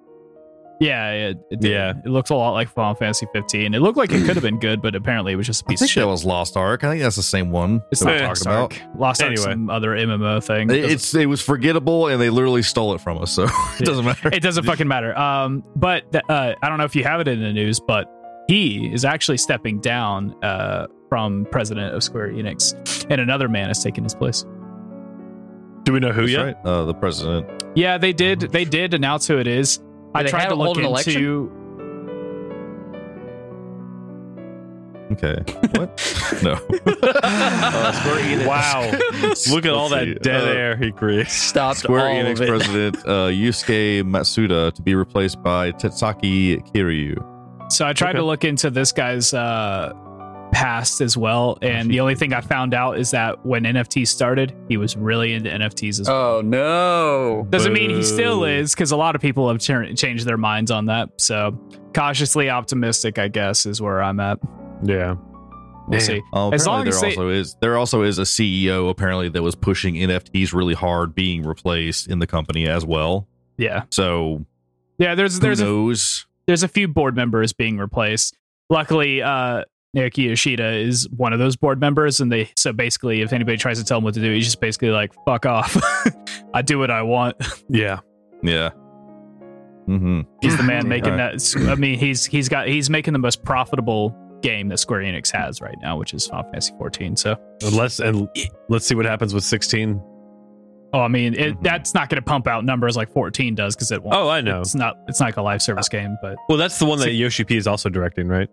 D: Yeah, it, it did.
B: Yeah.
D: It looked a lot like Final Fantasy 15. It looked like it could have been good, but apparently it was just a
C: I
D: piece of
C: think
D: shit.
C: that was Lost Ark. I think that's the same one.
D: It's
C: that
D: not
C: we
B: Eh.
D: Lost Ark. Lost Ark's
B: Anyway.
D: some other MMO thing.
C: It-
D: It doesn't,
C: It's it was forgettable, and they literally stole it from us. So it doesn't matter.
D: it doesn't fucking matter. Um, but th- uh, I don't know if you have it in the news, but he is actually stepping down uh, from president of Square Enix, and another man has taken his place.
B: Do we know who
C: That's
B: yet?
C: right. Uh, the president.
D: Yeah, they did. They did announce who it is. I
A: they
D: tried
A: have
D: to
A: hold
D: look
A: an
D: into.
A: election?
C: Okay. What? no. Uh, Square Enix.
B: Wow. Look at all
C: Let's
B: that
C: see.
B: dead
C: Uh,
B: air he creates.
A: Stopped
C: Square
A: all
C: Enix
A: of it.
C: president uh, Yusuke Matsuda to be replaced by Tetsaki Kiryu.
D: So I tried
B: Okay.
D: to look into this guy's uh, past as well, and the only thing I found out is that when NFTs started, he was really into NFTs as well.
A: Oh no!
D: Doesn't mean he still
B: boo.
D: is, because a lot of people have ch- changed their minds on that. So cautiously optimistic, I guess, is where I'm at.
B: Yeah. Damn.
D: We'll see.
C: Oh,
D: As
C: apparently
D: long
C: there
D: as they-
C: also is there also is a CEO apparently that was pushing NFTs really hard, being replaced in the company as well.
D: Yeah,
C: So
D: yeah. There's
C: who
D: there's a,
C: knows?
D: there's a few board members being replaced. Luckily, uh, Naoki Yoshida is one of those board members, and they so basically, if anybody tries to tell him what to do, he's just basically like, "Fuck off, I do what I want."
B: Yeah.
C: yeah. Mm-hmm.
D: He's the man making
C: All
D: that. I mean, he's he's got he's making the most profitable game that Square Enix has right now, which is Final Fantasy 14. So,
B: Unless and let's see what happens with 16.
D: oh, I mean, it,
C: Mhm.
D: that's not going to pump out numbers like 14 does because it won't.
B: Oh, I know.
D: It's not it's not like a live service game, but
B: Well, that's the one that Yoshi P is also directing, right?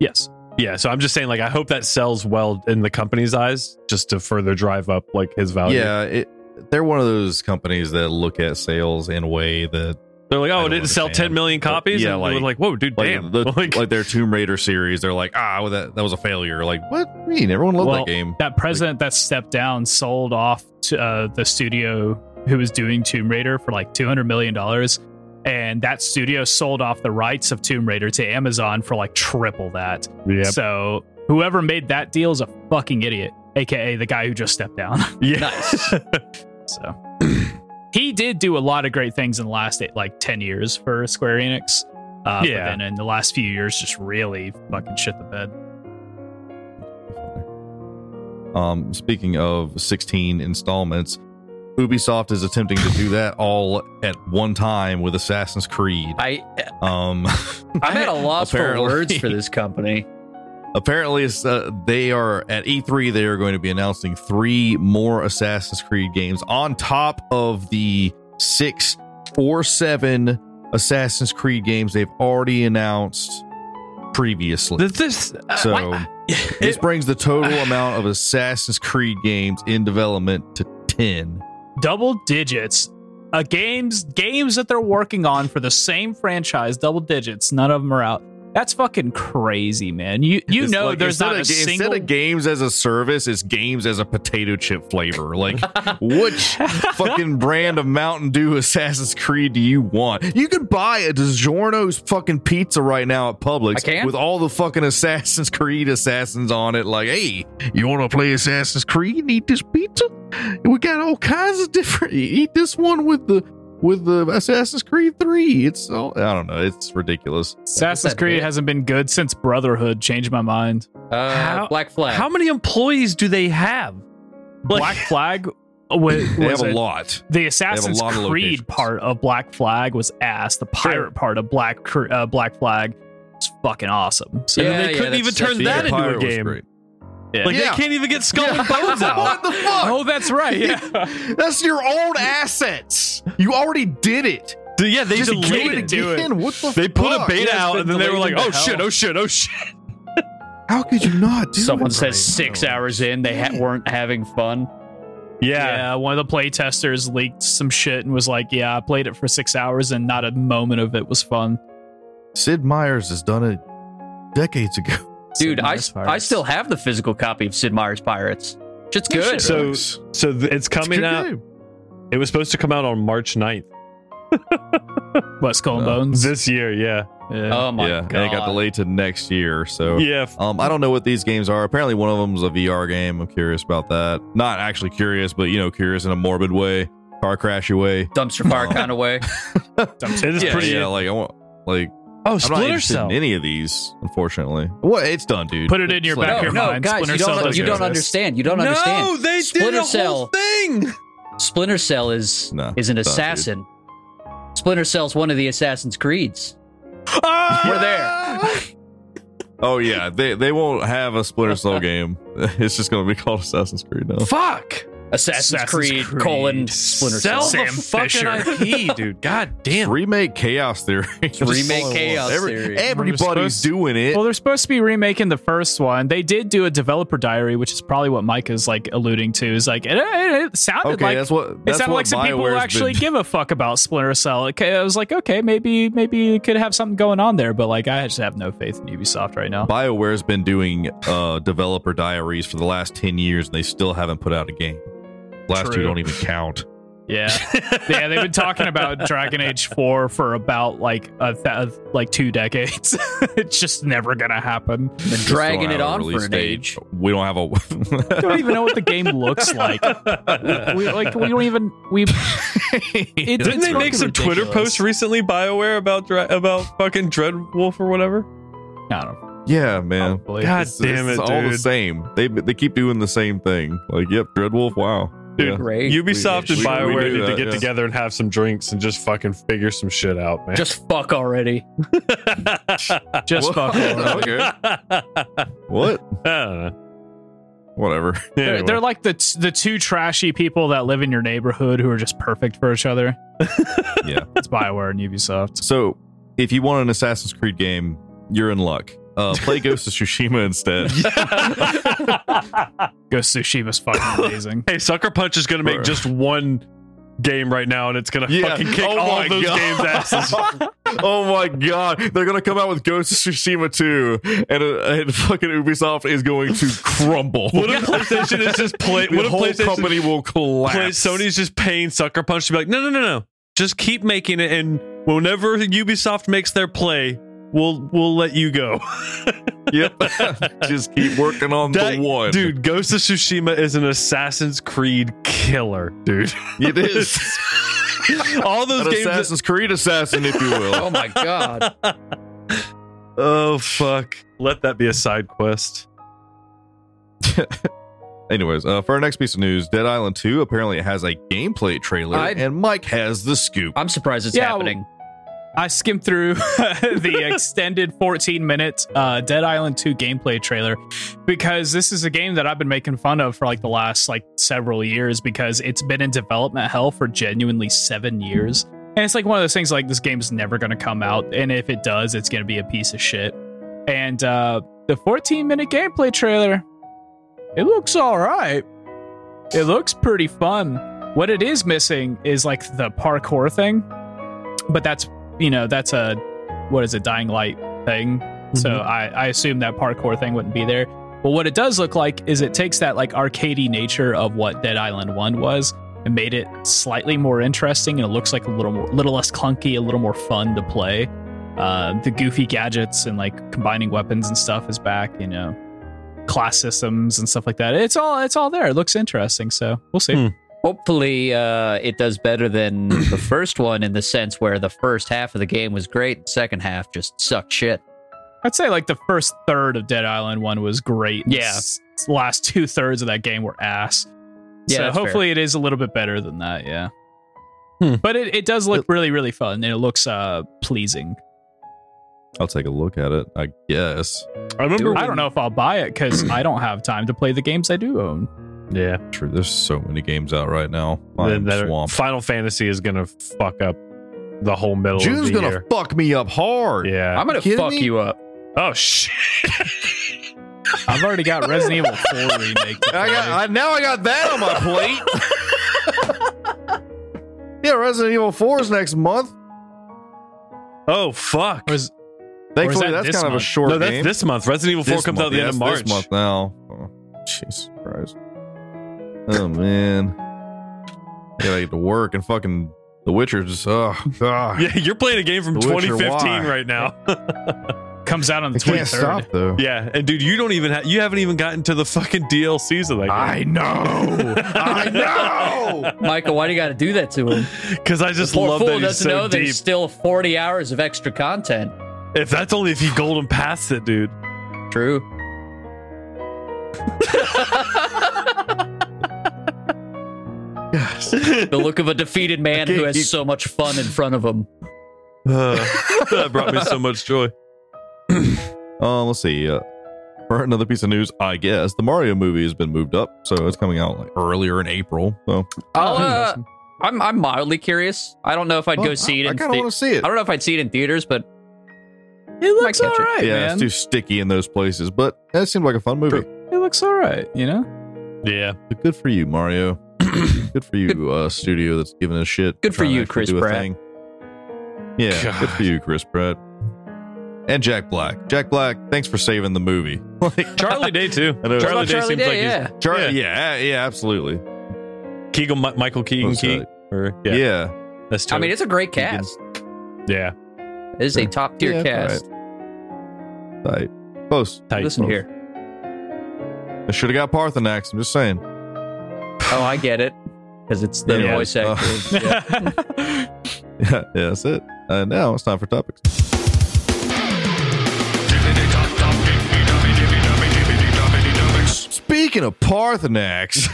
D: yes,
B: Yeah, so I'm just saying, like, I hope that sells well in the company's eyes, just to further drive up like his value.
C: Yeah, it, they're one of those companies that look at sales in a way that
B: they're like,
C: I
B: oh, it
C: don't
B: didn't sell
C: understand.
B: 10 million copies.
C: Yeah,
B: and like,
C: like-
B: like, whoa, dude,
C: like
B: damn,
C: the,
B: like,
C: like, their Tomb Raider series. They're like, ah, well, that that was a failure. Like what? What do you mean? Everyone loved
D: Well,
C: that game.
D: that president that stepped down sold off to uh, the studio who was doing Tomb Raider for like 200 million dollars. And that studio sold off the rights of Tomb Raider to Amazon for like triple that.
B: yeah,
D: So whoever made that deal is a fucking idiot, aka the guy who just stepped down.
B: yeah.
A: Nice.
D: So he did do a lot of great things in the last eight, like ten years for Square Enix. Uh,
B: Yeah.
D: But then in the last few years, just really fucking shit the bed.
C: Um, speaking of 16 installments, Ubisoft is attempting to do that all at one time with Assassin's Creed.
A: I
C: Um,
A: I'm at a loss for
C: Apparently.
A: words for this company.
C: apparently, it's, uh, they are at E3. They are going to be announcing three more Assassin's Creed games on top of the six or seven Assassin's Creed games they've already announced previously.
B: Th- This, uh,
C: So
B: why-
C: this brings the total amount of Assassin's Creed games in development to 10.
D: Double digits. Uh, games games that they're working on for the same franchise, double digits. None of them are out. That's fucking crazy, man. You you
C: It's
D: know
C: like,
D: there's
C: instead
D: not a
C: of, ga-
D: single
C: instead of games as a service, it's games as a potato chip flavor. Like, which fucking brand of Mountain Dew Assassin's Creed do you want? You could buy a DiGiorno's fucking pizza right now at Publix
A: I can?
C: with all the fucking Assassin's Creed assassins on it. Like, hey, you want to play Assassin's Creed and eat this pizza? We got all kinds of different. e-, Eat this one with the with the Assassin's Creed Three. It's all I don't know. It's ridiculous.
D: Assassin's
A: that
D: Creed
A: bit?
D: hasn't been good since Brotherhood. Changed my mind.
A: Uh,
B: How-
A: Black Flag.
B: How many employees do they have? Like-
D: Black Flag was,
C: They have
D: was
C: a
D: a-
C: lot.
D: the Assassin's
C: lot of locations.
D: Creed part of Black Flag was ass. The pirate part of Black Cr- uh, Black Flag was fucking awesome. So
B: And
A: Yeah,
B: they
A: yeah,
B: couldn't
A: that's-
B: even
A: that's
B: turn
A: the-
B: that
A: the
B: into a
C: Pirate was
B: game.
C: great.
B: Like
C: Yeah.
B: they can't even get skull and bones out.
C: what the fuck?
D: oh, that's right. Yeah.
C: That's your own assets. You already did it.
B: Dude, yeah, they
C: Just
B: delayed it.
C: do it again. What the
B: They put a
C: fuck?
B: beta
D: Yeah, it's
B: out
D: been
B: and then they were like,
D: delayed
B: "Oh
D: into
B: shit!
D: hell."
B: Oh shit! Oh shit!"
C: How could you not do
A: Someone
C: it?
A: says six
C: Oh,
A: hours in, they ha- weren't having fun.
B: Yeah,
D: yeah, one of the playtesters leaked some shit and was like, "Yeah, I played it for six hours and not a moment of it was fun."
C: Sid Meier's has done it decades ago.
A: Dude,
D: Sid
A: I,
D: Meier's
A: I
D: Pirates.
A: still have the physical copy of Sid Meier's Pirates. Shit's
C: Yeah,
A: good.
C: shit.
B: So
C: It's
B: so th- it's
C: a
B: coming
C: good
B: out.
C: game.
B: It was supposed to come out on March 9th
D: What Skull and
C: Uh,
D: Bones?
B: this year. Yeah,
D: yeah.
A: oh my
C: yeah,
A: god.
C: and it got delayed to next year. So
B: yeah. f-
C: um, I don't know what these games are. Apparently, one of them's a VR game. I'm curious about that. Not actually curious, but you know, curious in a morbid way, car crashy way.
A: Dumpster fire
C: Oh.
A: kind of way.
B: It is
C: yeah,
B: pretty.
C: yeah, like I want, like
B: Oh,
C: I'm not
B: Splinter
C: interested
B: Cell.
C: in any of these, unfortunately. What it's done, dude.
D: Put it in your
C: It's like-
D: back of
A: No,
D: your
A: no,
D: mind.
A: guys,
D: Splinter
A: you
D: Cell
A: don't,
D: doesn't
A: you don't
D: exist.
A: understand. You don't understand.
B: they
A: Splinter Cell.
B: thing.
A: Splinter Cell is
C: No,
A: is an
C: it's not, dude.
A: assassin. Splinter Cell's one of the Assassin's Creeds.
B: Ah!
A: We're there.
C: Oh yeah, they they won't have a Splinter Cell game. It's just going to be called Assassin's Creed now.
B: Fuck.
A: Assassin's,
D: Assassin's
A: Creed,
D: Creed.
A: colon Splinter
B: Sell
A: Cell.
B: the
D: Sam
B: fucking IP, dude. God damn.
C: Remake Chaos Theory.
A: Remake Chaos
C: Every-
A: Theory.
C: Everybody's
D: supposed-
C: doing it.
D: Well, they're supposed to be remaking the first one. They did do a developer diary, which is probably what Mike is like alluding to. Is like it, it, it sounded
C: okay,
D: like
C: that's what. That's
D: it sounded
C: what
D: like some people who
C: BioWare's
D: actually
C: been-
D: give a fuck about Splinter Cell. It, I was like, okay, maybe maybe it could have something going on there, but like I just have no faith in Ubisoft right now.
C: BioWare's been doing uh, developer diaries for the last ten years, and they still haven't put out a game. Last two
D: True.
C: don't even count.
D: Yeah, yeah, they've been talking about Dragon Age Four for about like a th- like two decades. it's just never gonna happen.
A: Been
C: Just
A: dragging
C: don't
A: it
C: have a
A: on
C: release
A: for an
C: date.
A: age.
C: We don't have
D: I
C: a.
D: don't even know what the game looks like. We, like we don't even we. It,
B: Didn't
D: it's
B: they make
D: fucking
B: some Twitter
D: ridiculous.
B: posts recently, Bioware about dra- about fucking Dreadwolf or whatever?
D: I don't know.
C: yeah, man.
D: Probably.
B: God
C: It's-
B: damn
C: it's
B: it,
C: all the
B: dude.
C: same. They they keep doing the same thing. Like, yep, Dreadwolf. Wow,
B: Dude,
C: Yeah.
A: Great.
B: Ubisoft and
C: we- we
B: Bioware
C: do
B: need
C: that,
B: to get
C: yeah.
B: together and have some drinks and just fucking figure some shit out, man.
A: Just fuck already.
D: Just
C: Whoa.
D: fuck. over.
C: Okay.
B: I don't
C: What?
B: know.
C: Whatever.
D: They're,
B: Anyway.
D: they're like the t- the two trashy people that live in your neighborhood who are just perfect for each other.
C: Yeah.
D: It's Bioware and Ubisoft.
C: So, if you want an Assassin's Creed game, you're in luck. Uh, play Ghost of Tsushima instead.
D: Ghost of Tsushima's fucking amazing.
B: hey, Sucker Punch is gonna make
C: Bruh.
B: just one game right now, and it's gonna
C: Yeah.
B: fucking kick
C: Oh
B: all
C: my
B: of those
C: God.
B: games' asses.
C: oh my god, they're gonna come out with Ghost of Tsushima 2, and, uh, and fucking Ubisoft is going to crumble.
B: What if PlayStation is just play?
C: the
B: What if
C: whole
B: PlayStation
C: company will collapse.
B: plays Sony's just paying Sucker Punch to be like, no, no, no, no, just keep making it, and whenever Ubisoft makes their play, we'll we'll let you go.
C: Yep. just keep working on
B: That-
C: the one,
B: dude, Ghost of Tsushima is an Assassin's Creed killer, dude.
C: It is
B: all
C: an
B: those games. that-
C: Assassin's Creed assassin, if you will.
A: Oh my god.
B: oh fuck! Let that be a side quest.
C: Anyways, uh, for our next piece of news, Dead Island 2 apparently has a gameplay trailer,
A: I-
C: and Mike has the scoop.
A: I'm surprised it's
D: Yeah,
A: happening.
D: I skimmed through the extended 14 minute uh, Dead Island 2 gameplay trailer because this is a game that I've been making fun of for like the last like several years because it's been in development hell for genuinely seven years. And it's like one of those things like this game's never going to come out. And if it does, it's going to be a piece of shit. And uh, the 14 minute gameplay trailer, it looks all right. It looks pretty fun. What it is missing is like the parkour thing, but that's you know that's a what is it dying light thing So I, I assume that parkour thing wouldn't be there. But what it does look like is it takes that like arcadey nature of what Dead Island 1 was and made it slightly more interesting and it looks like a little more little less clunky, a little more fun to play. Uh, the goofy gadgets and like combining weapons and stuff is back, you know. Class systems and stuff like that. It's all it's all there. It looks interesting, so we'll see.
B: Hmm.
A: Hopefully, uh, it does better than the first one in the sense where the first half of the game was great, the second half just sucked shit.
D: I'd say like the first third of Dead Island one was great.
A: Yeah.
D: S- last two thirds of that game were ass.
A: Yeah,
D: so
A: that's fair.
D: hopefully it is a little bit better than that. Yeah.
B: Hmm.
D: But it, it does look really, really fun and it looks uh pleasing.
C: I'll take a look at it, I guess.
B: I remember.
D: I don't know if I'll buy it because I don't have time to play the games I do own.
B: Yeah,
C: True, there's so many games out right now. I'm
B: that- that-
C: swamped.
B: Final Fantasy is gonna fuck up the whole middle.
E: June's
B: of the
E: gonna
B: year.
E: fuck me up hard.
B: yeah.
A: I'm gonna
E: kidding
A: fuck
E: me?
A: you up.
B: oh shit.
D: I've already got Resident Evil 4 remake. to
E: I got
D: play.
E: I, now. I got that on my plate. yeah, Resident Evil Four is next month.
B: Oh fuck.
D: Or is-
E: Thankfully,
D: that
E: that's
D: this
E: kind of a
D: month?
E: short
B: No, that's
E: game.
B: this month. Resident Evil Four
C: This
B: comes out
C: month,
B: the end
C: yes,
B: of March.
C: This month now. Oh, Jesus Christ. Oh man. Gotta get to work and fucking The Witcher just oh god.
B: Yeah, you're playing a game from
E: The Witcher,
B: 2015
E: why?
B: right now.
D: comes out on
E: I
D: the
E: can't
D: 23rd.
E: stop though.
B: yeah, and dude, you don't even ha- you haven't even gotten to the fucking DLCs of that game.
E: I know. I know.
A: Michael, why do you got to do that to him?
B: Because I just
A: Poor
B: love
A: fool
B: that he's
A: doesn't know
B: so deep.
A: there's still 40 hours of extra content.
B: If that's only if you golden pass it, dude.
A: True. The look of a defeated man who has so much fun in front of him.
B: Uh, that brought me so much joy.
C: Um, let's see. Uh, for another piece of news, I guess the Mario movie has been moved up, so it's coming out like earlier in April. So
A: I'll, uh, I'm I'm mildly curious. I don't know if I'd
C: Well,
A: go see it.
C: I,
A: in
C: kind of
A: thea-
C: want to see it.
A: I don't know if I'd see it in theaters, but
D: It looks
A: catch
D: all
A: it.
D: right,
C: yeah,
D: man.
C: it's too sticky in those places, but that seemed like a fun movie.
D: it looks all right, you know?
B: Yeah.
C: But Good for you, Mario. good for you, uh, studio that's giving a shit.
A: Good for
C: trying to
A: you,
C: actually
A: Chris
C: do a
A: Pratt.
C: thing. Yeah, good for you, Chris Pratt. And Jack Black. Jack Black, thanks for saving the movie. Like,
B: Charlie Day too.
C: I know.
A: What
B: Charlie
A: about
B: Day
A: Charlie
B: seems
A: Day,
B: like he's
A: yeah.
C: Charlie, yeah, yeah, absolutely.
B: Keegan, Mi- Michael Keegan,
C: That's
B: Key,
C: right.
B: or
C: Yeah,
B: yeah, that's
A: I
B: Charlie.
A: mean, it's a great
B: You can-
A: cast.
B: yeah,
A: It is a top tier
C: Yeah,
A: cast.
C: all right. Close.
B: tight.
A: Listen here.
C: I should have got Parthenax. I'm just saying.
A: Oh, I get it because it's the
C: Yeah.
A: voice
B: Oh.
C: Uh,
A: actor. Yeah.
C: yeah, yeah, that's it. Uh, now it's time for topics. Speaking of Parthenax,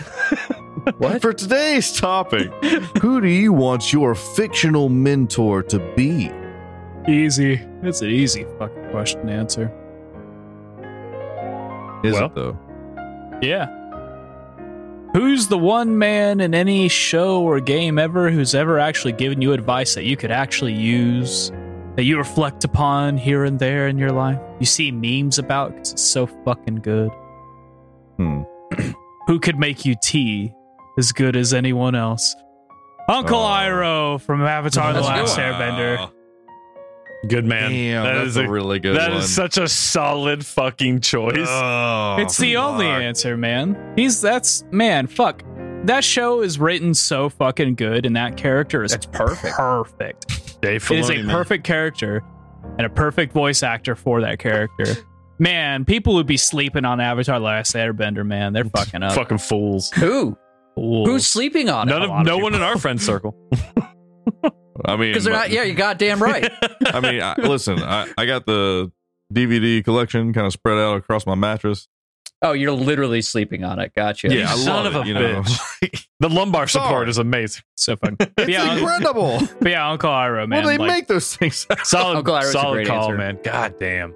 A: What?
C: for today's topic, who do you want your fictional mentor to be?
D: Easy. It's an easy fucking question to answer.
C: Is
B: Well,
C: it though?
D: Yeah. Who's the one man in any show or game ever who's ever actually given you advice that you could actually use, that you reflect upon here and there in your life? You see memes about because it's so fucking good.
C: Hmm.
D: Who could make you tea as good as anyone else? Uncle
C: Oh.
D: Iroh from Avatar: The
A: That's a good
D: Last
A: one.
D: Airbender.
B: Good man.
C: Damn,
B: that
C: that's
B: is
C: a,
B: a,
C: really good
B: that
C: one.
B: is such a solid fucking choice.
C: Oh,
D: It's the only
C: fuck.
D: answer, man. He's that's man, fuck. That show is written so fucking good, and that character is
A: That's perfect.
D: Perfect.
B: Dave
D: it is
B: Filoni,
D: a
B: man.
D: perfect character and a perfect voice actor for that character. Man, people would be sleeping on Avatar: The Last Airbender. Man, they're fucking up.
B: fucking fools.
A: Who?
D: Ooh.
A: Who's sleeping on
B: None
A: it?
B: of, no one in our friend circle.
C: I mean,
A: Because they're not. Yeah, you're goddamn right.
C: I mean, I, listen, I, I got the DVD collection kind of spread out across my mattress.
A: Oh, you're literally sleeping on it. Gotcha.
C: Yeah, I
B: son
C: love
B: of
C: it,
B: a
C: you know.
B: bitch. the lumbar
C: Sorry.
B: support is amazing.
D: so fucking?
C: It's
D: yeah, Uncle-
C: incredible.
D: but yeah, Uncle Iroh, man.
C: well, they
D: like,
C: make those things.
B: Solid,
A: Uncle Iroh's a
B: solid
A: great
B: call,
A: answer.
B: man. God damn.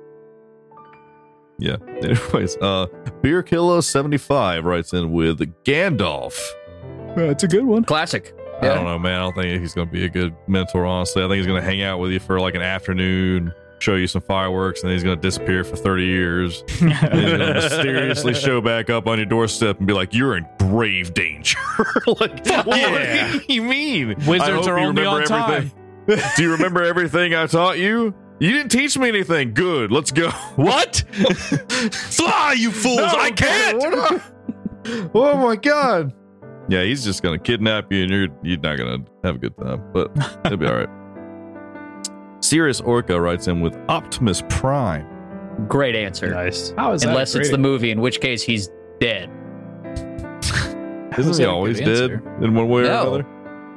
C: yeah. Anyways, uh, Beer Killer seventy five writes in with Gandalf.
D: "Uh, it's a good one.
A: Classic.
C: I don't know, man. I don't think he's going to be a good mentor. Honestly, I think he's going to hang out with you for like an afternoon, show you some fireworks, and then he's going to disappear for thirty years. And he's going to mysteriously show back up on your doorstep and be like, "You're in grave danger." like, what
B: yeah.
C: do you mean? I
D: Wizards
C: hope
D: are
C: you
D: only
C: remember
D: on time.
C: everything. do you remember everything I taught you? You didn't teach me anything. Good. Let's go.
B: What? Fly, you fools!
C: No,
B: I can't.
C: what are-
E: Oh my god.
C: Yeah, he's just gonna kidnap you, and you're you're not gonna have a good time, but it'll be all right. Sirius Orca writes in with Optimus Prime.
A: Great answer.
B: Nice.
D: How is
A: Unless
D: that
A: it's the
D: great?
A: movie, in which case he's dead.
C: Isn't
D: How is
C: he
D: that a good
C: always
D: answer?
C: dead in one way or
A: No.
C: another?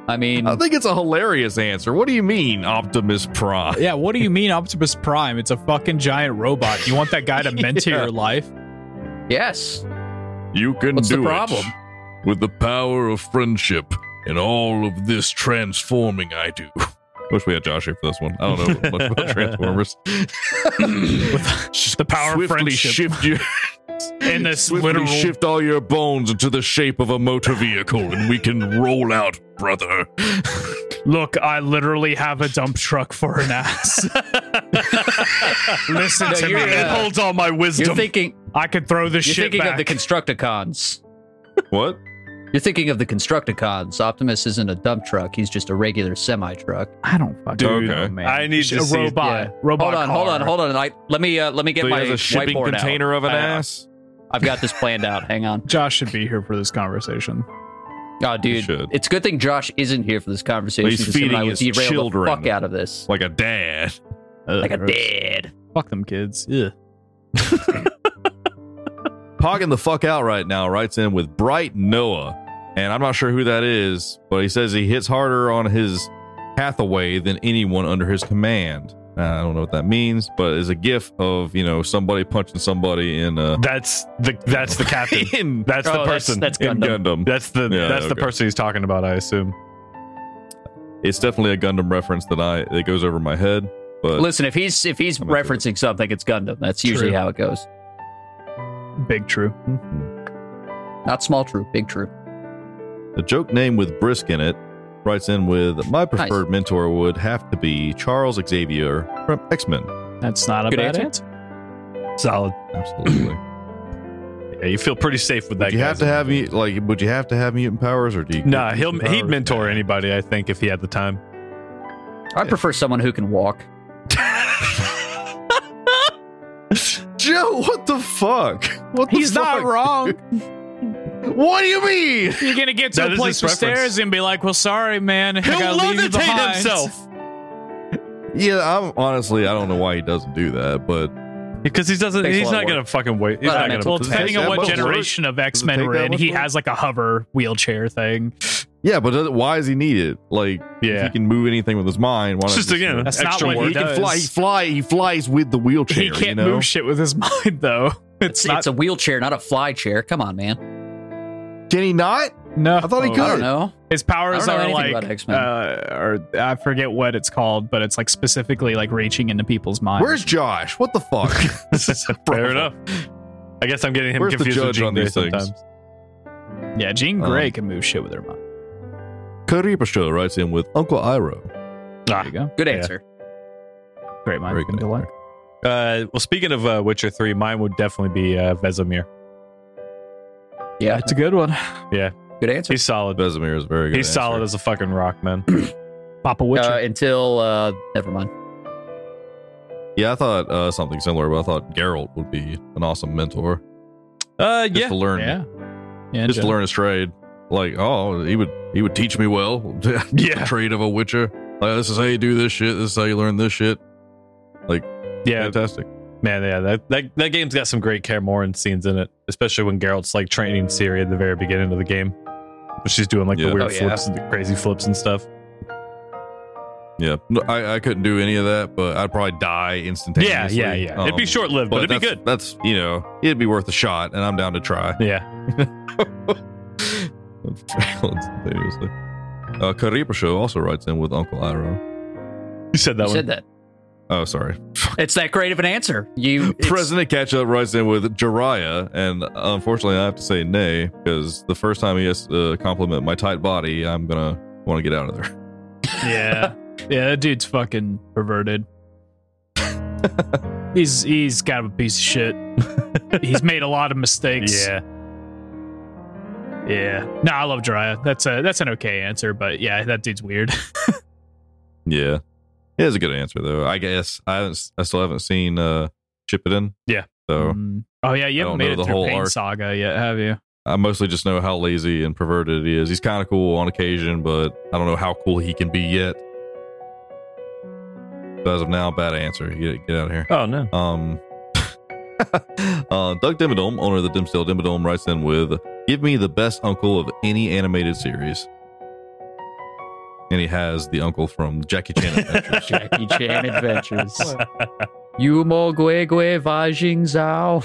A: I mean,
C: I think it's a hilarious answer. What do you mean, Optimus Prime?
D: Yeah, what do you mean Optimus Prime? It's a fucking giant robot. You want that guy to mentor
C: Yeah.
D: your life?
A: yes.
C: You can
A: What's the
C: do
A: problem?
C: it with the power of friendship and all of this transforming I do. Wish we had Josh here for this one. I don't know much about Transformers.
D: The power
C: Swiftly
D: of friendship
C: shift your
D: in this
C: swiftly
D: literal
C: shift all your bones into the shape of a motor vehicle, and we can roll out, brother.
D: Look, I literally have a dump truck for an ass. Listen
A: No,
D: to me.
A: you're,
D: It
A: uh,
D: holds all my
A: You're
D: wisdom.
A: thinking.
D: I could throw this
A: You're
D: shit
A: thinking
D: back.
A: of the Constructicons.
C: What?
A: You're thinking of the Constructicons. Optimus isn't a dump truck. He's just a regular semi truck.
D: I don't fucking
C: Dude,
D: know, man.
B: I need to
D: a
B: see-
D: robot.
A: Yeah.
D: Robot.
A: Hold on, hold on, hold on. I, let me uh, let me get
C: So he
A: my
C: has a shipping
A: whiteboard
C: container of an
A: I-
C: ass.
A: out. I've got this planned out. Hang on.
D: Josh should be here for this conversation.
A: Oh, dude,
C: should.
A: it's a good thing Josh isn't here for this conversation.
C: Well, he's
A: 'cause him and I
C: feeding
A: would
C: his
A: derail
C: children.
A: The fuck out of this.
C: Like a dad.
A: Like
D: Uh,
A: a dead.
D: Fuck them kids. Yeah.
C: Pogging the fuck out right now writes in with Bright Noah. And I'm not sure who that is, but he says he hits harder on his Hathaway than anyone under his command. Uh, I don't know what that means, but it's a gif of, you know, somebody punching somebody in uh
B: That's the that's the captain.
C: in,
B: That's the
A: Oh, that's-
B: person.
A: that's
C: in
A: Gundam.
C: Gundam.
B: That's the
C: Yeah,
B: that's the
C: okay.
B: person he's talking about. I assume.
C: It's definitely a Gundam reference that I that goes over my head. But
A: Listen, if he's if he's
C: I'm gonna do it.
A: referencing something, it's Gundam. That's usually
D: True.
A: how it goes.
D: Big true.
C: hmm.
A: Not small troop, big troop.
C: A joke name with brisk in it writes in with my preferred mentor would have to be Charles Xavier from X Men.
D: That's not a
A: Good
D: bad
A: answer.
D: answer.
B: Solid.
C: Absolutely.
B: Yeah, you feel pretty safe with that.
C: would you have
B: guy's
C: to have
B: influence.
C: mut- like would you have to have mutant powers or do you
B: Nah, he'll
C: mutant
B: he'd
C: powers?
B: mentor anybody. I think if he had the time.
A: I prefer someone who can walk.
C: Joe, what the fuck? What the
D: He's not
C: fuck?
D: wrong.
C: What do you mean?
D: You're gonna get
B: That
D: to a
B: is
D: place
B: his
D: with
B: reference.
D: stairs and be like, "Well, sorry, man, I gotta leave you behind."
C: Yeah, I'm honestly I don't know why he doesn't do that, but
B: because he doesn't.
A: Takes a
B: He's
A: lot
B: not
A: of
B: gonna fucking wait. He's
A: Lot of
B: not
A: mental
B: gonna.
D: Well,
A: Does it
D: depending
C: take
D: on
C: that
D: what
C: much
D: generation of X Men
C: take
D: we're
C: that
D: in,
C: much
D: he
C: work?
D: has like a hover wheelchair thing.
C: yeah, but does- why is he needed? Like if
B: Yeah.
C: he can move anything with his mind, why
B: It's
C: not
B: just again
D: That's not
B: extra
D: what he
B: work.
C: he can
D: does.
C: fly he fly he flies with the wheelchair.
D: he can't
C: you know?
D: move shit with his mind though. It's,
A: It's,
D: not.
A: it's a wheelchair, not a fly chair. Come on, man.
C: Can he not?
D: no,
C: I thought he
A: Oh, I
C: could.
A: don't know.
D: His
A: I don't
D: powers
A: know
D: are
A: anything
D: like,
A: about X-Men.
D: uh, or I forget what it's called, but it's like specifically like reaching into people's minds.
C: Where's Josh? What the fuck?
B: Fair enough. I guess I'm getting him
C: Where's the
B: confused with
C: judge
B: Jean
C: on
B: Grey
C: these things?
B: sometimes.
D: yeah, Jean Grey
C: Um,
D: can move shit with her mind.
C: Karipa Show writes in with Uncle Iroh.
D: There you go.
A: Good
B: Yeah.
A: answer.
D: Great mind.
C: Ah, Very good
D: Good luck.
B: Uh, well, speaking of uh, Witcher Three, mine would definitely be uh, Vesemir.
A: Yeah,
D: That's a good one.
A: good answer.
B: He's solid.
C: Vesemir is a very good.
B: He's solid as a fucking rock, man.
D: Papa Witcher.
A: Uh, until uh, never mind.
C: Yeah, I thought uh, something similar, but I thought Geralt would be an awesome mentor.
B: Uh,
C: Just
B: yeah,
C: to learn,
D: yeah. Yeah,
C: just to
D: Jen.
C: learn his trade. Like, oh, he would he would teach me well.
B: Yeah.
C: the trade of a Witcher. Like, this is how you do this shit. This is how you learn this shit.
B: yeah,
C: Fantastic.
B: man. Yeah, that, that that game's got some great Kaer Morhen scenes in it, especially when Geralt's like training Ciri at the very beginning of the game, but she's doing like
C: Yeah.
B: the weird
A: Oh, yeah.
B: flips, and the crazy flips and stuff.
C: Yeah, no, I, I couldn't do any of that, but I'd probably die
B: Yeah,
C: instantaneously.
B: yeah, yeah. it'd be
C: Um,
B: short lived, but, it'd be
C: that's-
B: good.
C: That's you know, it'd be worth a shot, and I'm down to try.
B: Yeah,
C: Simultaneously. Uh, Karipa Show also writes in with Uncle Iroh.
B: you said that
A: you
B: one.
A: said that.
C: Oh, sorry.
A: It's that great of an answer. You it's-
C: President Ketchup writes in with Jiraiya, and unfortunately, I have to say nay because the first time he has to compliment my tight body, I'm gonna want to get out of there.
D: Yeah. yeah, that dude's fucking perverted. he's he's kind of a piece of shit. he's made a lot of mistakes.
B: Yeah,
D: Yeah. No, I love Jiraiya. That's a that's an okay answer, but yeah, that dude's weird.
C: Yeah. It is a good answer though. I guess I haven't. s- I still haven't seen uh, Chip It In.
B: Yeah.
C: So
D: Mm. Oh yeah, you
C: I don't
D: haven't
C: know
D: made it
C: the
D: through
C: whole
D: Pain
C: arc.
D: Saga yet, have you?
C: I mostly just know how lazy and perverted he is. He's kind of cool on occasion, but I don't know how cool he can be yet. So as of now, bad answer. Get, get out of here.
B: Oh no.
C: Um, uh, Doug Dimmadome, owner of the Dimsdale Dimmadome, writes in with, "Give me the best uncle of any animated series." And he has the uncle from Jackie Chan Adventures.
A: Jackie Chan Adventures. You mo gue gue vajing zao.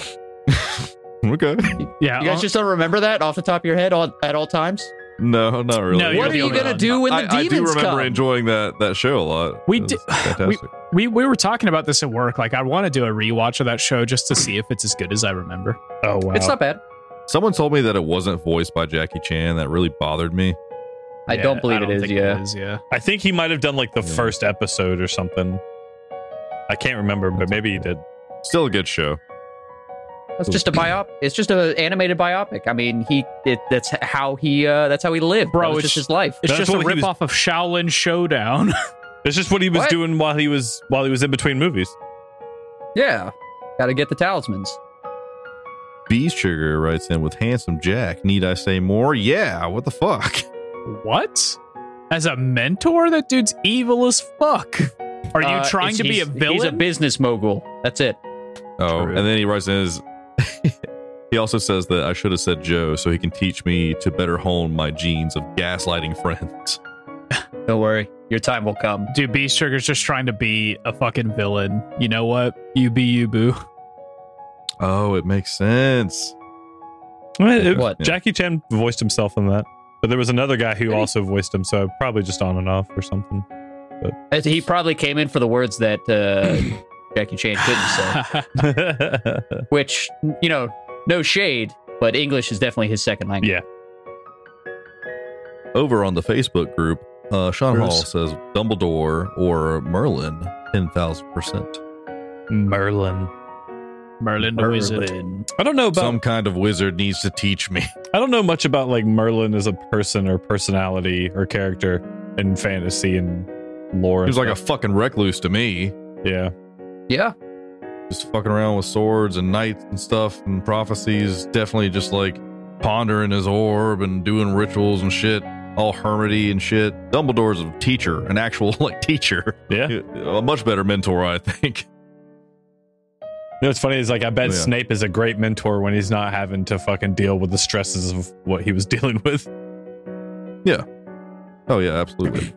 C: okay.
D: Yeah, uh,
A: You guys just don't remember that off the top of your head all, at all times?
C: No, not really.
D: No,
A: What are
D: the
A: you
D: only
A: gonna
D: one.
A: do when the
C: I, I do
A: demons
C: remember
A: come?
C: enjoying that that show a lot.
D: We
C: It
D: di-
C: was fantastic.
D: we we were talking about this at work. Like, I want to do a rewatch of that show just to see if it's as good as I remember.
B: Oh wow.
A: It's not bad.
C: Someone told me that it wasn't voiced by Jackie Chan. That really bothered me.
A: I
D: Yeah,
A: don't believe it is.
D: think
A: Yeah.
D: is, yeah.
B: I think he might have done like the
C: Yeah.
B: first episode or something. I can't remember, but maybe he did.
C: Still a good show.
A: It's just a biop. It's just an animated biopic. I mean, he it, that's how he uh, that's how he lived.
D: Bro,
A: Bro, that was
D: it's-
A: just his life.
D: It's
B: That's
D: just a
B: what he was-
D: ripoff of Shaolin Showdown.
B: It's just what he was
A: What?
B: doing while he was while he was in between movies.
A: Yeah, got to get the talismans.
C: Beast Sugar writes in with handsome Jack. Need I say more? Yeah. What the fuck?
D: what? As a mentor, that dude's evil as fuck. Are you
A: Uh,
D: trying
A: it's-
D: to be a
A: he's- He's a
D: villain?
A: business mogul. That's it.
C: Oh,
B: True.
C: and then he writes in his. he also says that I should have said Joe so he can teach me to better hone my genes of gaslighting friends.
A: Don't worry, your time will come.
D: Dude, Beast Sugar's just trying to be a fucking villain. You know what? You be you, boo.
C: Oh, it makes sense.
B: It-
A: What?
B: Jackie Chan voiced himself in that, but there was another guy who
A: Did he?
B: also voiced him, so probably just on and off or something.
A: Uh, He probably came in for the words that uh, Jackie Chan couldn't say, which you know, no shade, but English is definitely his second language.
B: yeah.
C: Over on the Facebook group, uh, Sean Hall
B: Bruce.
C: says Dumbledore or Merlin, 10,000%.
B: Merlin.
D: Merlin the Wizard.
B: I don't know about
C: Some kind of wizard needs to teach me.
B: I don't know much about like Merlin as a person or personality or character in fantasy and lore.
C: He
B: and
C: was like a
B: stuff.
C: fucking recluse to me.
B: yeah.
A: Yeah,
C: just fucking around with swords and knights and stuff and prophecies. Definitely just like pondering his orb and doing rituals and shit. All hermity and shit. Dumbledore's a teacher, an actual like teacher,
B: Yeah. You
C: a much better mentor, I think.
B: know what's funny is like I bet
C: Oh, Yeah.
B: Snape is a great mentor when he's not having to fucking deal with the stresses of what he was dealing with.
C: Oh yeah, absolutely.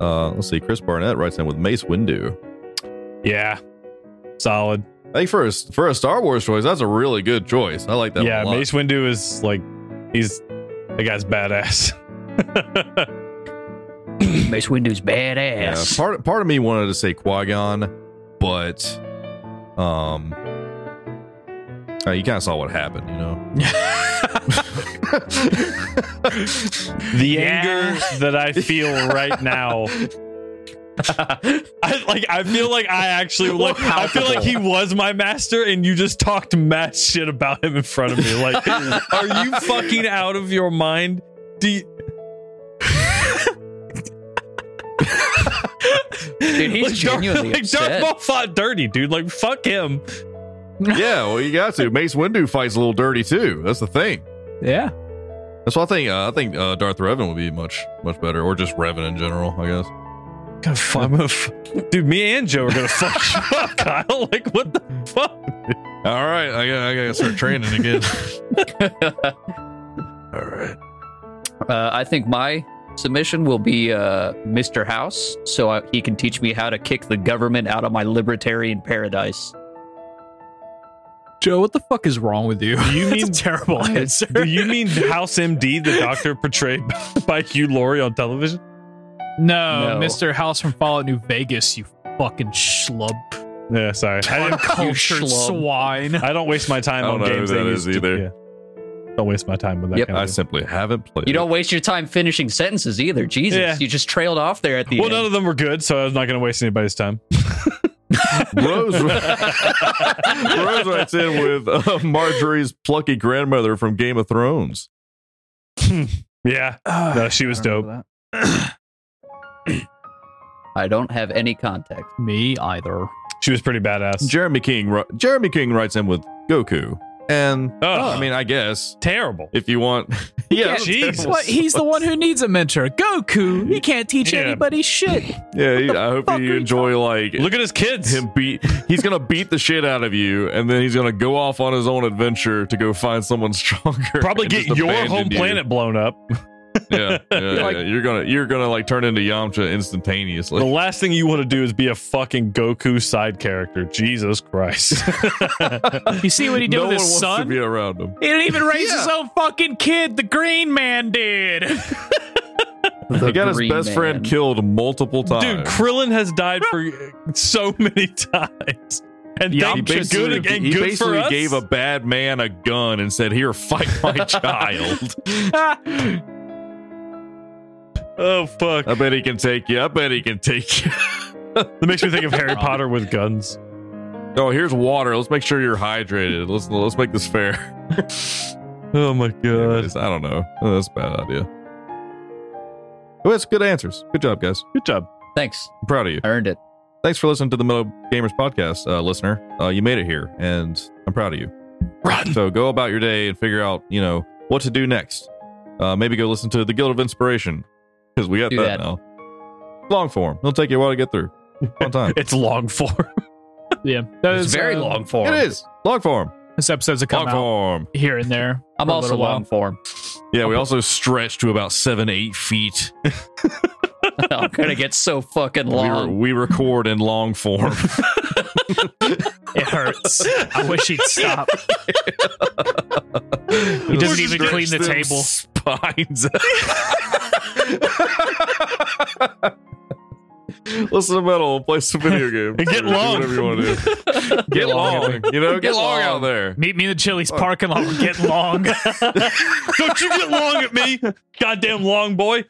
C: Uh, let's see. Chris Barnett writes in with Mace Windu.
B: Yeah. Solid.
C: Hey, for a for a Star Wars choice, that's a really good choice. I like that.
B: yeah,
C: a lot.
B: Mace Windu is like he's the guy's badass.
A: Mace Windu's
C: Yeah,
A: badass.
C: part part of me wanted to say Qui Gon, but um, uh, you kind of saw what happened, you know.
B: the
D: Yeah.
B: anger that I feel right now. I like I feel like I actually like I feel like he was my master and you just talked mad shit about him in front of me. Like are you fucking out of your mind? Do you,
A: Dude, he's genuinely
B: like,
A: upset.
B: Darth Maul fought dirty, dude. Like fuck him.
C: yeah, well, you got to. Mace Windu fights a little dirty too. That's the thing.
D: Yeah.
C: That's why I think uh, I think uh, Darth Revan would be much much better, or just Revan in general, I guess.
B: God, fu- I'm gonna f- dude, me and Joe are gonna fuck you up, Kyle. Like what the fuck?
C: All right, I gotta, I gotta start training again. All right,
A: Uh, I think my submission will be uh, Mr. House, so I, he can teach me how to kick the government out of my libertarian paradise.
D: Joe, what the fuck is wrong with you? You mean terrible answer.
B: Do you mean House MD, the doctor portrayed by Hugh Laurie on television?
D: no,
A: No.
D: Mr. House from Fallout New Vegas, you fucking schlub.
B: Yeah, sorry. I, didn't-
D: Cultured
A: schlub.
D: swine.
B: I don't waste my time
C: I don't
B: on
C: know who
B: games.
C: that
B: that
C: is
B: used to-
C: either.
B: yeah. Don't waste my time with that.
A: Yep.
B: kind
C: I
B: of thing.
C: simply haven't played.
A: You
C: it.
A: don't waste your time finishing sentences either. Jesus,
B: Yeah.
A: you just trailed off there at the
B: well,
A: end.
B: none of them were good, so I was not going to waste anybody's time.
C: Rose, Rose writes in with uh, Marjorie's plucky grandmother from Game of Thrones.
B: Yeah, no, she was dope.
A: I don't have any context.
D: Me either.
B: She was pretty badass.
C: Jeremy King. wri- Jeremy King writes in with Goku, and
B: Oh.
C: I mean, I guess
B: Terrible.
C: if you want, yeah,
B: Jesus.
C: terrible.
D: What? He's the one who needs a mentor. Goku. He can't teach
B: Yeah.
D: anybody shit.
C: yeah. he- I hope
D: fuck are
C: you
D: you
C: enjoy like
B: Look at his kids.
C: him beat. He's gonna beat the shit out of you, and then he's gonna go off on his own adventure to go find someone stronger.
B: Probably
C: and
B: get
C: just
B: your
C: abandon
B: home
C: you.
B: planet blown up.
C: Yeah, yeah, yeah,
B: Like-
C: you're gonna you're gonna like turn into Yamcha
B: The
C: instantaneously.
B: last thing you want to do is be a fucking Goku side character. Jesus Christ.
D: You see what he did
C: no one
D: with his
C: wants to
D: son?
C: be around him.
D: He didn't even raise
C: Yeah.
D: his own fucking kid. The Green Man did.
A: The
C: He got his
A: Green
C: best
A: Man.
C: friend killed multiple times.
B: Dude, Krillin has died for so many times. And
D: Yeah,
B: thank
C: He
B: you.
C: basically,
B: Good, and
C: he
B: good
C: basically
B: for us.
C: gave a bad man a gun and said, "Here, fight my child."
B: oh, fuck.
C: I bet he can take you. I bet he can take you.
B: That makes me think of Harry Potter with guns.
C: Oh, here's water. Let's make sure you're hydrated. Let's let's make this fair.
B: Oh, my God.
C: Anyways, I don't know. Oh, that's a bad idea. Oh, that's good answers. Good job, guys.
B: Good job.
A: Thanks.
C: I'm proud of you.
A: I earned it.
C: Thanks for listening to the Metal Gamers podcast, uh, listener. Uh, you made it here, and I'm proud of you.
B: Run.
C: So go about your day and figure out, you know, what to do next. Uh, maybe go listen to the Guild of Inspiration because we got
A: Do
C: that,
A: that.
C: now. Long form. It'll take you a while to get through. On time.
B: It's long form.
D: yeah, uh,
A: It's very long form.
C: it is long form.
D: This episode's a come
C: Long
D: out
C: form.
D: here and there.
A: I'm
D: for a
A: also
D: little while.
A: long form.
C: Yeah, we also stretch to about seven, eight feet.
A: I'm gonna get so fucking
C: We, re-
A: long.
C: we record in long form.
D: It hurts. I wish he'd stop. He doesn't even
C: Stretch
D: clean the
C: them
D: table.
C: Spines. Listen to metal, play some video games,
B: And get
C: Do
B: long.
C: Whatever you want to do. Get, long, you know. Get, long out there.
D: Meet me in the Chili's parking lot. We're getting long.
B: Don't you get long at me, goddamn long boy.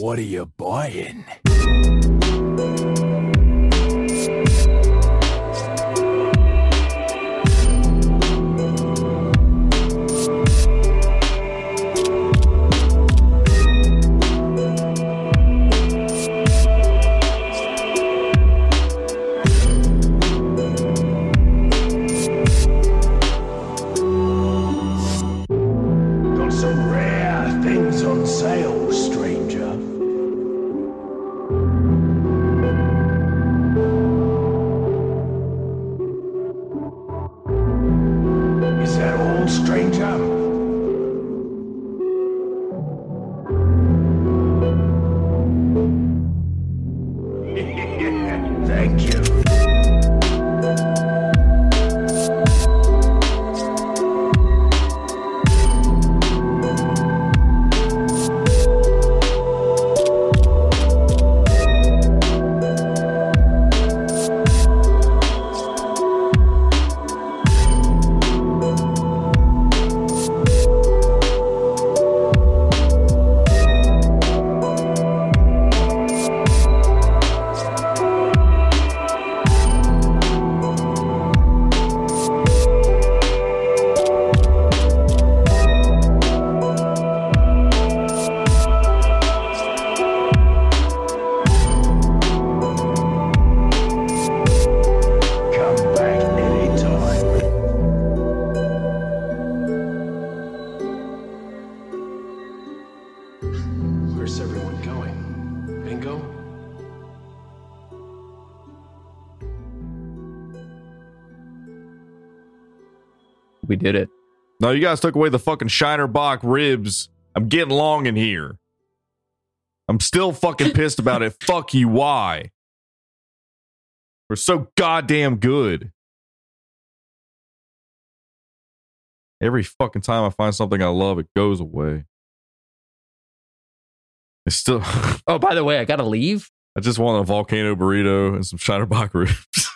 F: What are you buying? Got some rare things on sale, stranger. Is that all, stranger? Thank you. Come back anytime. Where's everyone going? Bingo?
A: We did it.
C: No, you guys took away the fucking Shiner Bach ribs. I'm getting long in here. I'm still fucking pissed about it. Fuck you. Why? We're so goddamn good. Every fucking time I find something I love, it goes away. It's still.
A: Oh, by the way, I gotta leave.
C: I just want a volcano burrito and some Shinerbach ribs.